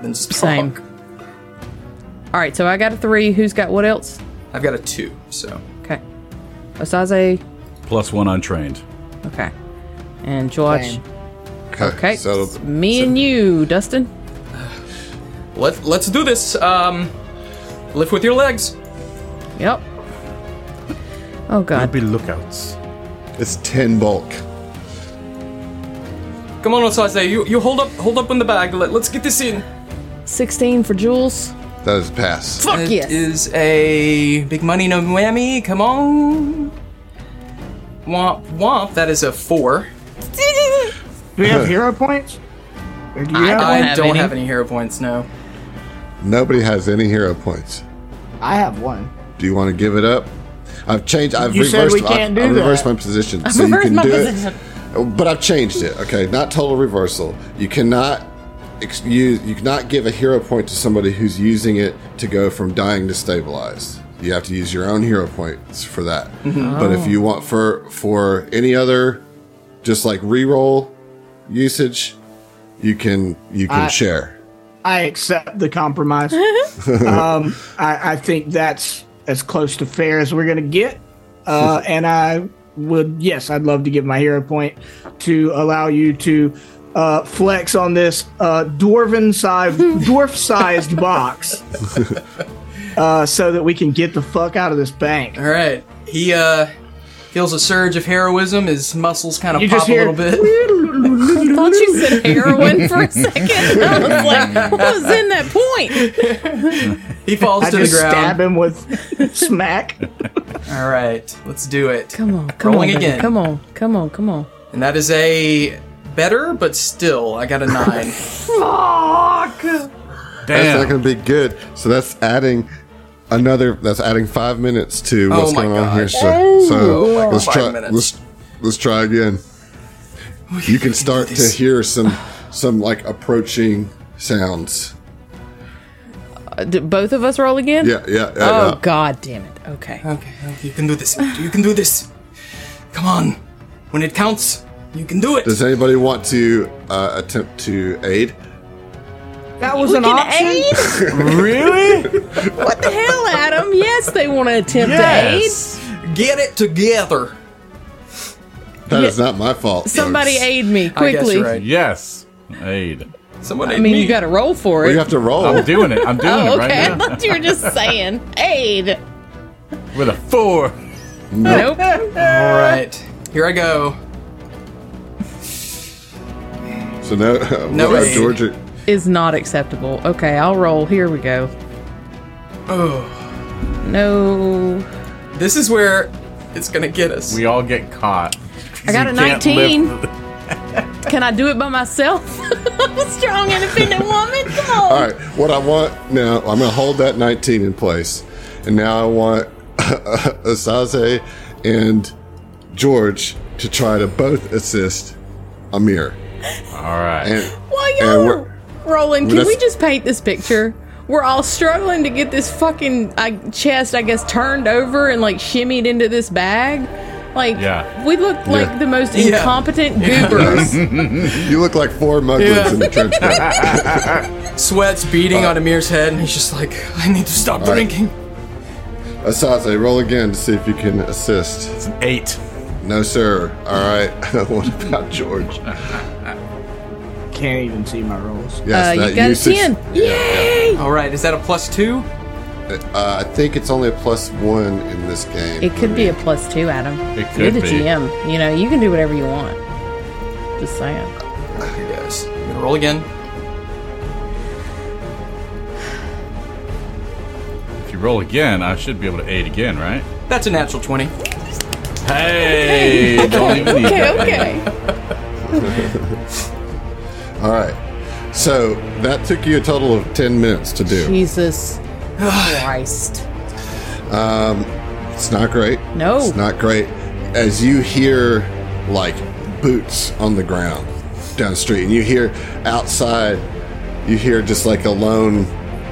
[SPEAKER 2] than
[SPEAKER 5] Same.
[SPEAKER 2] Spock.
[SPEAKER 5] All right, so I got a three. Who's got what else?
[SPEAKER 2] I've got a two, so
[SPEAKER 5] Okay. Osaze.
[SPEAKER 3] Plus one untrained.
[SPEAKER 5] Okay. And George.
[SPEAKER 4] Same.
[SPEAKER 5] Okay.
[SPEAKER 1] so
[SPEAKER 5] it's me and you, Dustin.
[SPEAKER 2] let let's do this. Um, lift with your legs.
[SPEAKER 5] Yep. Oh God.
[SPEAKER 3] Be lookouts.
[SPEAKER 1] it's ten bulk.
[SPEAKER 2] Come on, Osaze, you you hold up hold up on the bag. Let, let's get this in.
[SPEAKER 5] Sixteen for Jules.
[SPEAKER 1] That is pass.
[SPEAKER 5] Fuck
[SPEAKER 2] It
[SPEAKER 5] yes.
[SPEAKER 2] is a big money no whammy. Come on. Womp womp. That is a four.
[SPEAKER 4] Do we have hero points? Or do you
[SPEAKER 5] I don't
[SPEAKER 4] have
[SPEAKER 2] I
[SPEAKER 4] one?
[SPEAKER 5] have
[SPEAKER 2] don't
[SPEAKER 5] any.
[SPEAKER 2] have any hero points. No.
[SPEAKER 1] Nobody has any hero points.
[SPEAKER 4] I have one.
[SPEAKER 1] Do you want to give it up? I've changed. I've
[SPEAKER 4] You said
[SPEAKER 1] reversed.
[SPEAKER 4] we can't
[SPEAKER 1] I've,
[SPEAKER 4] do
[SPEAKER 1] I've reversed
[SPEAKER 4] that.
[SPEAKER 1] my position, so you
[SPEAKER 5] reversed
[SPEAKER 1] can
[SPEAKER 5] my
[SPEAKER 1] do
[SPEAKER 5] position.
[SPEAKER 1] it. But I've changed it. Okay, not total reversal. You cannot ex- use. You cannot give a hero point to somebody who's using it to go from dying to stabilized. You have to use your own hero points for that.
[SPEAKER 4] Mm-hmm.
[SPEAKER 1] But if you want for for any other, just like reroll usage, you can you can
[SPEAKER 4] I-
[SPEAKER 1] share.
[SPEAKER 4] I accept the compromise. um, I, I think that's as close to fair as we're gonna get. Uh, and I would, yes, I'd love to give my hero point to allow you to uh, flex on this uh, dwarven sized dwarf sized box, uh, so that we can get the fuck out of this bank.
[SPEAKER 2] All right. He uh feels a surge of heroism. His muscles kind
[SPEAKER 4] You
[SPEAKER 2] of
[SPEAKER 4] just
[SPEAKER 2] pop a
[SPEAKER 4] hear
[SPEAKER 2] little bit.
[SPEAKER 5] I thought you said heroin for a second. I was like, what was in that point?
[SPEAKER 2] He falls
[SPEAKER 4] I
[SPEAKER 2] to the
[SPEAKER 4] just stab
[SPEAKER 2] ground.
[SPEAKER 4] him with smack.
[SPEAKER 2] All right. Let's do it.
[SPEAKER 5] Come on, come
[SPEAKER 2] Rolling
[SPEAKER 5] on, baby.
[SPEAKER 2] again.
[SPEAKER 5] come on, come on, come on.
[SPEAKER 2] And that is a better, but still, I got a nine.
[SPEAKER 1] That's not
[SPEAKER 3] Damn.
[SPEAKER 1] going to be good. So that's adding another. That's adding five minutes to
[SPEAKER 2] Oh
[SPEAKER 1] what's
[SPEAKER 2] my
[SPEAKER 1] going on here.
[SPEAKER 2] gosh.
[SPEAKER 1] So,
[SPEAKER 2] Oh my
[SPEAKER 1] so
[SPEAKER 2] God.
[SPEAKER 1] let's
[SPEAKER 2] Five
[SPEAKER 1] try.
[SPEAKER 2] minutes.
[SPEAKER 1] Let's let's try again. You can start to hear some some like approaching sounds.
[SPEAKER 5] Uh, d- both of us roll again?
[SPEAKER 1] Yeah, yeah, yeah.
[SPEAKER 5] Oh
[SPEAKER 1] yeah.
[SPEAKER 5] God damn it. Okay.
[SPEAKER 2] okay, okay, you can do this. You can do this. Come on. When it counts, you can do it.
[SPEAKER 1] Does anybody want to uh, attempt to aid?
[SPEAKER 4] That was an option.
[SPEAKER 5] aid?
[SPEAKER 3] Really?
[SPEAKER 5] What the hell, Adam? Yes, they want to attempt
[SPEAKER 3] Yes.
[SPEAKER 2] Get it together.
[SPEAKER 1] That is not my fault.
[SPEAKER 5] to aid. Somebody
[SPEAKER 1] folks.
[SPEAKER 5] aid me
[SPEAKER 2] I guess
[SPEAKER 5] quickly.
[SPEAKER 2] you're right.
[SPEAKER 3] Yes. Aid.
[SPEAKER 2] Someone
[SPEAKER 5] I mean, you got to roll for
[SPEAKER 1] You
[SPEAKER 5] it.
[SPEAKER 1] have to roll.
[SPEAKER 3] I'm doing it. I'm doing
[SPEAKER 5] oh,
[SPEAKER 3] it
[SPEAKER 5] okay.
[SPEAKER 3] right
[SPEAKER 5] I
[SPEAKER 3] now.
[SPEAKER 5] thought you were just saying aid.
[SPEAKER 3] With a four.
[SPEAKER 5] Nope.
[SPEAKER 2] All right. Here I go.
[SPEAKER 1] So no,
[SPEAKER 2] No
[SPEAKER 1] no
[SPEAKER 2] aid.
[SPEAKER 1] Georgia.
[SPEAKER 5] Is not acceptable. Okay, I'll roll. Here we go.
[SPEAKER 2] Oh,
[SPEAKER 5] No.
[SPEAKER 2] this is where it's gonna get us.
[SPEAKER 3] We all get caught.
[SPEAKER 5] I got
[SPEAKER 3] You
[SPEAKER 5] a
[SPEAKER 3] can't
[SPEAKER 5] 19.
[SPEAKER 3] lift the-
[SPEAKER 5] Can I do it by myself? I'm a strong, independent woman. Come on.
[SPEAKER 1] All right, what I want now, I'm going to hold that 19 in place. And now I want Asaze and George to try to both assist Amir.
[SPEAKER 3] All right.
[SPEAKER 1] And
[SPEAKER 5] While
[SPEAKER 1] Uh,
[SPEAKER 5] y'all
[SPEAKER 1] we're-
[SPEAKER 5] are rolling, can
[SPEAKER 1] that's-
[SPEAKER 5] we just paint this picture? We're all struggling to get this fucking I, chest, I guess, turned over and like shimmied into this bag. Like,
[SPEAKER 3] Yeah.
[SPEAKER 5] we look like the most
[SPEAKER 2] Yeah.
[SPEAKER 5] incompetent goobers.
[SPEAKER 1] You look like four muglins
[SPEAKER 2] Yeah.
[SPEAKER 1] in the trench coat.
[SPEAKER 2] Sweat's beating on Amir's head, and he's just like, I need to stop
[SPEAKER 1] Uh, right.
[SPEAKER 2] drinking.
[SPEAKER 1] Asase, roll again to see if you can assist.
[SPEAKER 3] It's an eight.
[SPEAKER 1] No, sir. All right. what about George?
[SPEAKER 4] Can't even see my rolls.
[SPEAKER 5] Uh,
[SPEAKER 1] Yes,
[SPEAKER 5] you
[SPEAKER 1] that
[SPEAKER 5] got a
[SPEAKER 1] suc-
[SPEAKER 5] 10.
[SPEAKER 1] Yeah,
[SPEAKER 2] All right, is that a plus two?
[SPEAKER 1] yeah. Uh, I think it's only a plus one in this game.
[SPEAKER 5] It could be a plus two, Adam.
[SPEAKER 3] It
[SPEAKER 5] You're
[SPEAKER 3] could
[SPEAKER 5] the
[SPEAKER 3] be.
[SPEAKER 5] GM. You know, you can do whatever you want. Just saying.
[SPEAKER 2] Here goes. I'm gonna roll again.
[SPEAKER 3] If you roll again, I should be able to eight again, right?
[SPEAKER 2] That's a natural 20.
[SPEAKER 3] Hey, don't even need
[SPEAKER 5] Okay,
[SPEAKER 3] that.
[SPEAKER 5] okay.
[SPEAKER 1] All right. So that took you a total of ten minutes to do.
[SPEAKER 5] Jesus Christ.
[SPEAKER 1] It's not great.
[SPEAKER 5] No.
[SPEAKER 1] It's not great. As you hear like boots on the ground down the street, and you hear outside, you hear just like a lone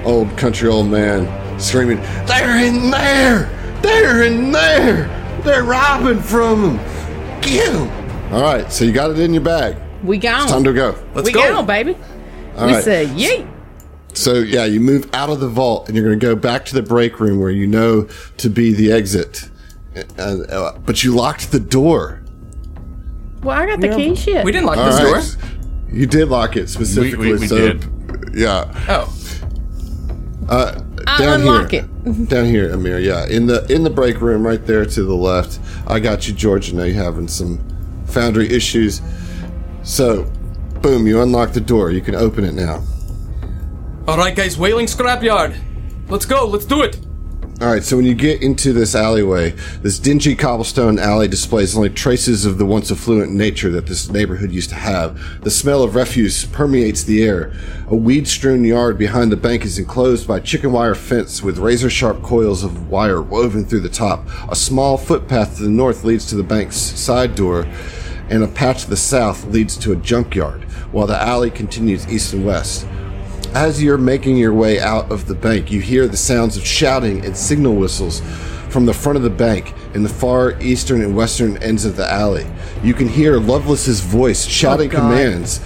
[SPEAKER 1] old country old man screaming, They're in there! They're in there! They're robbing from them! Get 'em!" All right, so you got it in your bag.
[SPEAKER 5] We gone.
[SPEAKER 1] It's time to go.
[SPEAKER 2] Let's
[SPEAKER 5] we
[SPEAKER 2] go.
[SPEAKER 5] gone, baby.
[SPEAKER 1] All
[SPEAKER 5] we
[SPEAKER 1] right.
[SPEAKER 5] say yeet.
[SPEAKER 1] So yeah, you move out of the vault and you're going to go back to the break room where you know to be the exit. Uh, uh, but you locked the door.
[SPEAKER 5] Well, I got the key shit.
[SPEAKER 2] We didn't lock
[SPEAKER 1] All
[SPEAKER 2] this
[SPEAKER 1] right,
[SPEAKER 2] door.
[SPEAKER 1] You did lock it specifically.
[SPEAKER 3] we
[SPEAKER 1] so
[SPEAKER 3] did.
[SPEAKER 1] yeah,
[SPEAKER 2] Oh,
[SPEAKER 1] uh,
[SPEAKER 5] I'll
[SPEAKER 1] down
[SPEAKER 5] unlock
[SPEAKER 1] here, it. down here, Amir. Yeah, in the in the break room right there to the left. I got you, George. I know you're having some foundry issues. So, boom, you unlock the door. You can open it now.
[SPEAKER 2] all right, guys. Whaling scrapyard. Let's go. Let's do it.
[SPEAKER 1] All right, so when you get into this alleyway, this dingy cobblestone alley displays only traces of the once affluent nature that this neighborhood used to have. The smell of refuse permeates the air. A weed strewn yard behind the bank is enclosed by a chicken wire fence with razor sharp coils of wire woven through the top. A small footpath to the north leads to the bank's side door, and a path to the south leads to a junkyard, while the alley continues east and west. As you're making your way out of the bank, you hear the sounds of shouting and signal whistles from the front of the bank in the far eastern and western ends of the alley. You can hear Lovelace's voice shouting commands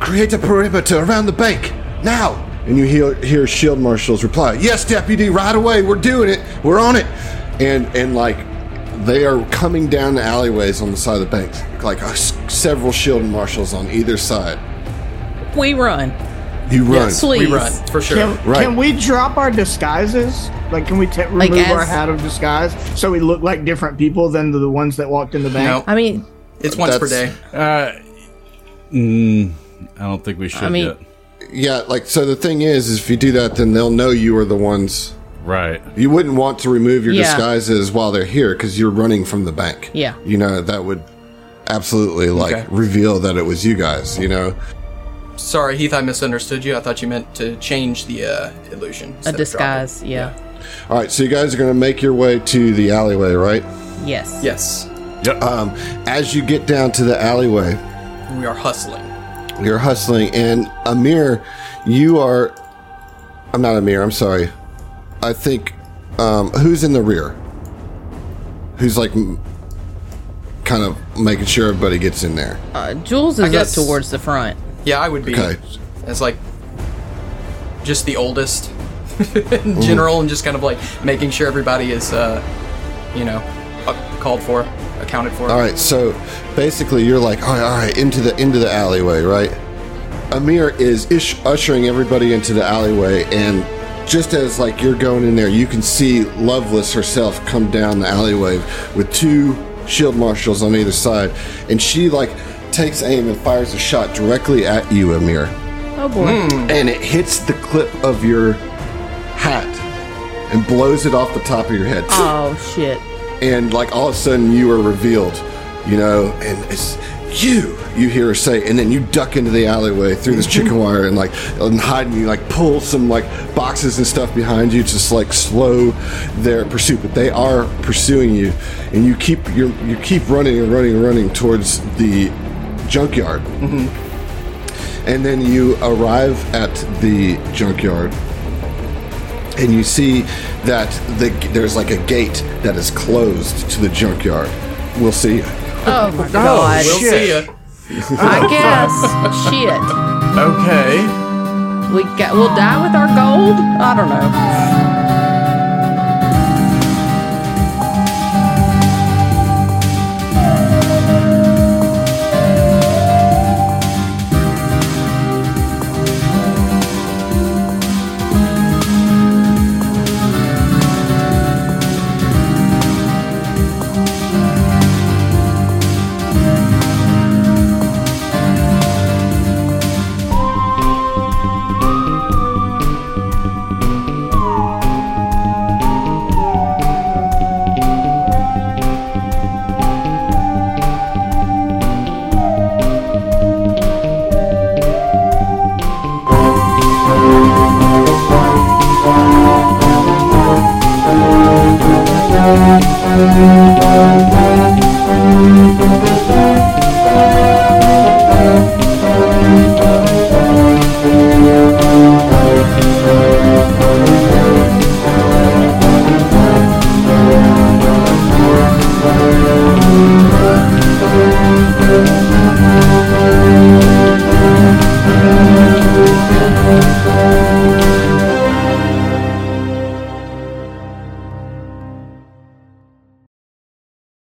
[SPEAKER 1] Create a perimeter around the bank! Now! And you hear, hear Shield Marshal's reply Yes, Deputy, right away! We're doing it! We're on it! And, and like, they are coming down the alleyways on the side of the bank, like uh, s- several Shield Marshals on either side.
[SPEAKER 5] We run.
[SPEAKER 1] You run.
[SPEAKER 5] Please.
[SPEAKER 2] We run for sure.
[SPEAKER 4] Can,
[SPEAKER 1] Right.
[SPEAKER 4] can we drop our disguises? Like, can we t- remove our
[SPEAKER 5] as-
[SPEAKER 4] hat of disguise so we look like different people than the, the ones that walked in the
[SPEAKER 2] No,
[SPEAKER 4] bank?
[SPEAKER 5] I mean,
[SPEAKER 2] it's once per day.
[SPEAKER 1] That's-
[SPEAKER 3] Uh, mm, I don't think we should
[SPEAKER 5] mean-
[SPEAKER 3] yet.
[SPEAKER 1] Yeah, like so. The thing is, is if you do that, then they'll know you are the ones.
[SPEAKER 3] Right.
[SPEAKER 1] You wouldn't want to remove your
[SPEAKER 5] Yeah.
[SPEAKER 1] disguises while they're here because you're running from the bank.
[SPEAKER 5] Yeah.
[SPEAKER 1] you know that would absolutely like
[SPEAKER 2] Okay.
[SPEAKER 1] reveal that it was you guys. You know,
[SPEAKER 2] Sorry, Heath, I misunderstood you. I thought you meant to change the uh, illusion.
[SPEAKER 5] a
[SPEAKER 2] instead of
[SPEAKER 5] disguise.
[SPEAKER 2] drop it.
[SPEAKER 5] Yeah.
[SPEAKER 1] all right. So you guys are gonna make your way to the alleyway, right?
[SPEAKER 5] Yes.
[SPEAKER 2] Yes,
[SPEAKER 3] Yep.
[SPEAKER 1] Um, as you get down to the alleyway,
[SPEAKER 2] we are hustling.
[SPEAKER 1] you're hustling, and Amir, you are. I'm not Amir. I'm sorry. I think um, who's in the rear? Who's like m- kind of making sure everybody gets in there?
[SPEAKER 5] Uh, Jules is
[SPEAKER 2] guess-
[SPEAKER 5] up towards the front.
[SPEAKER 2] Yeah, I would be
[SPEAKER 1] Okay.
[SPEAKER 2] as like just the oldest in general, and just kind of like making sure everybody is, uh, you know, uh, called for, accounted for.
[SPEAKER 1] All right. So basically, you're like, all right, all right, into the into the alleyway, right? Amir is ish- ushering everybody into the alleyway, and just as like you're going in there, you can see Lovelace herself come down the alleyway with two shield marshals on either side, and she like takes aim and fires a shot directly at you, Amir,
[SPEAKER 5] Oh boy.
[SPEAKER 2] Hmm.
[SPEAKER 1] and it hits the clip of your hat and blows it off the top of your head
[SPEAKER 5] Oh shit.
[SPEAKER 1] and like all of a sudden you are revealed, you know, and it's you. You hear her say, and then you duck into the alleyway through this chicken wire and like and hide, and you like pull some like boxes and stuff behind you, just like slow their pursuit. But they are pursuing you, and you keep you you keep running and running and running towards the junkyard, and then you arrive at the junkyard and you see that the, there's like a gate that is closed to the junkyard We'll see. ya.
[SPEAKER 5] Oh, my God.
[SPEAKER 2] We'll
[SPEAKER 3] Shit.
[SPEAKER 2] see ya.
[SPEAKER 5] I guess. Shit.
[SPEAKER 3] Okay.
[SPEAKER 5] We got. We'll die with our gold. I don't know.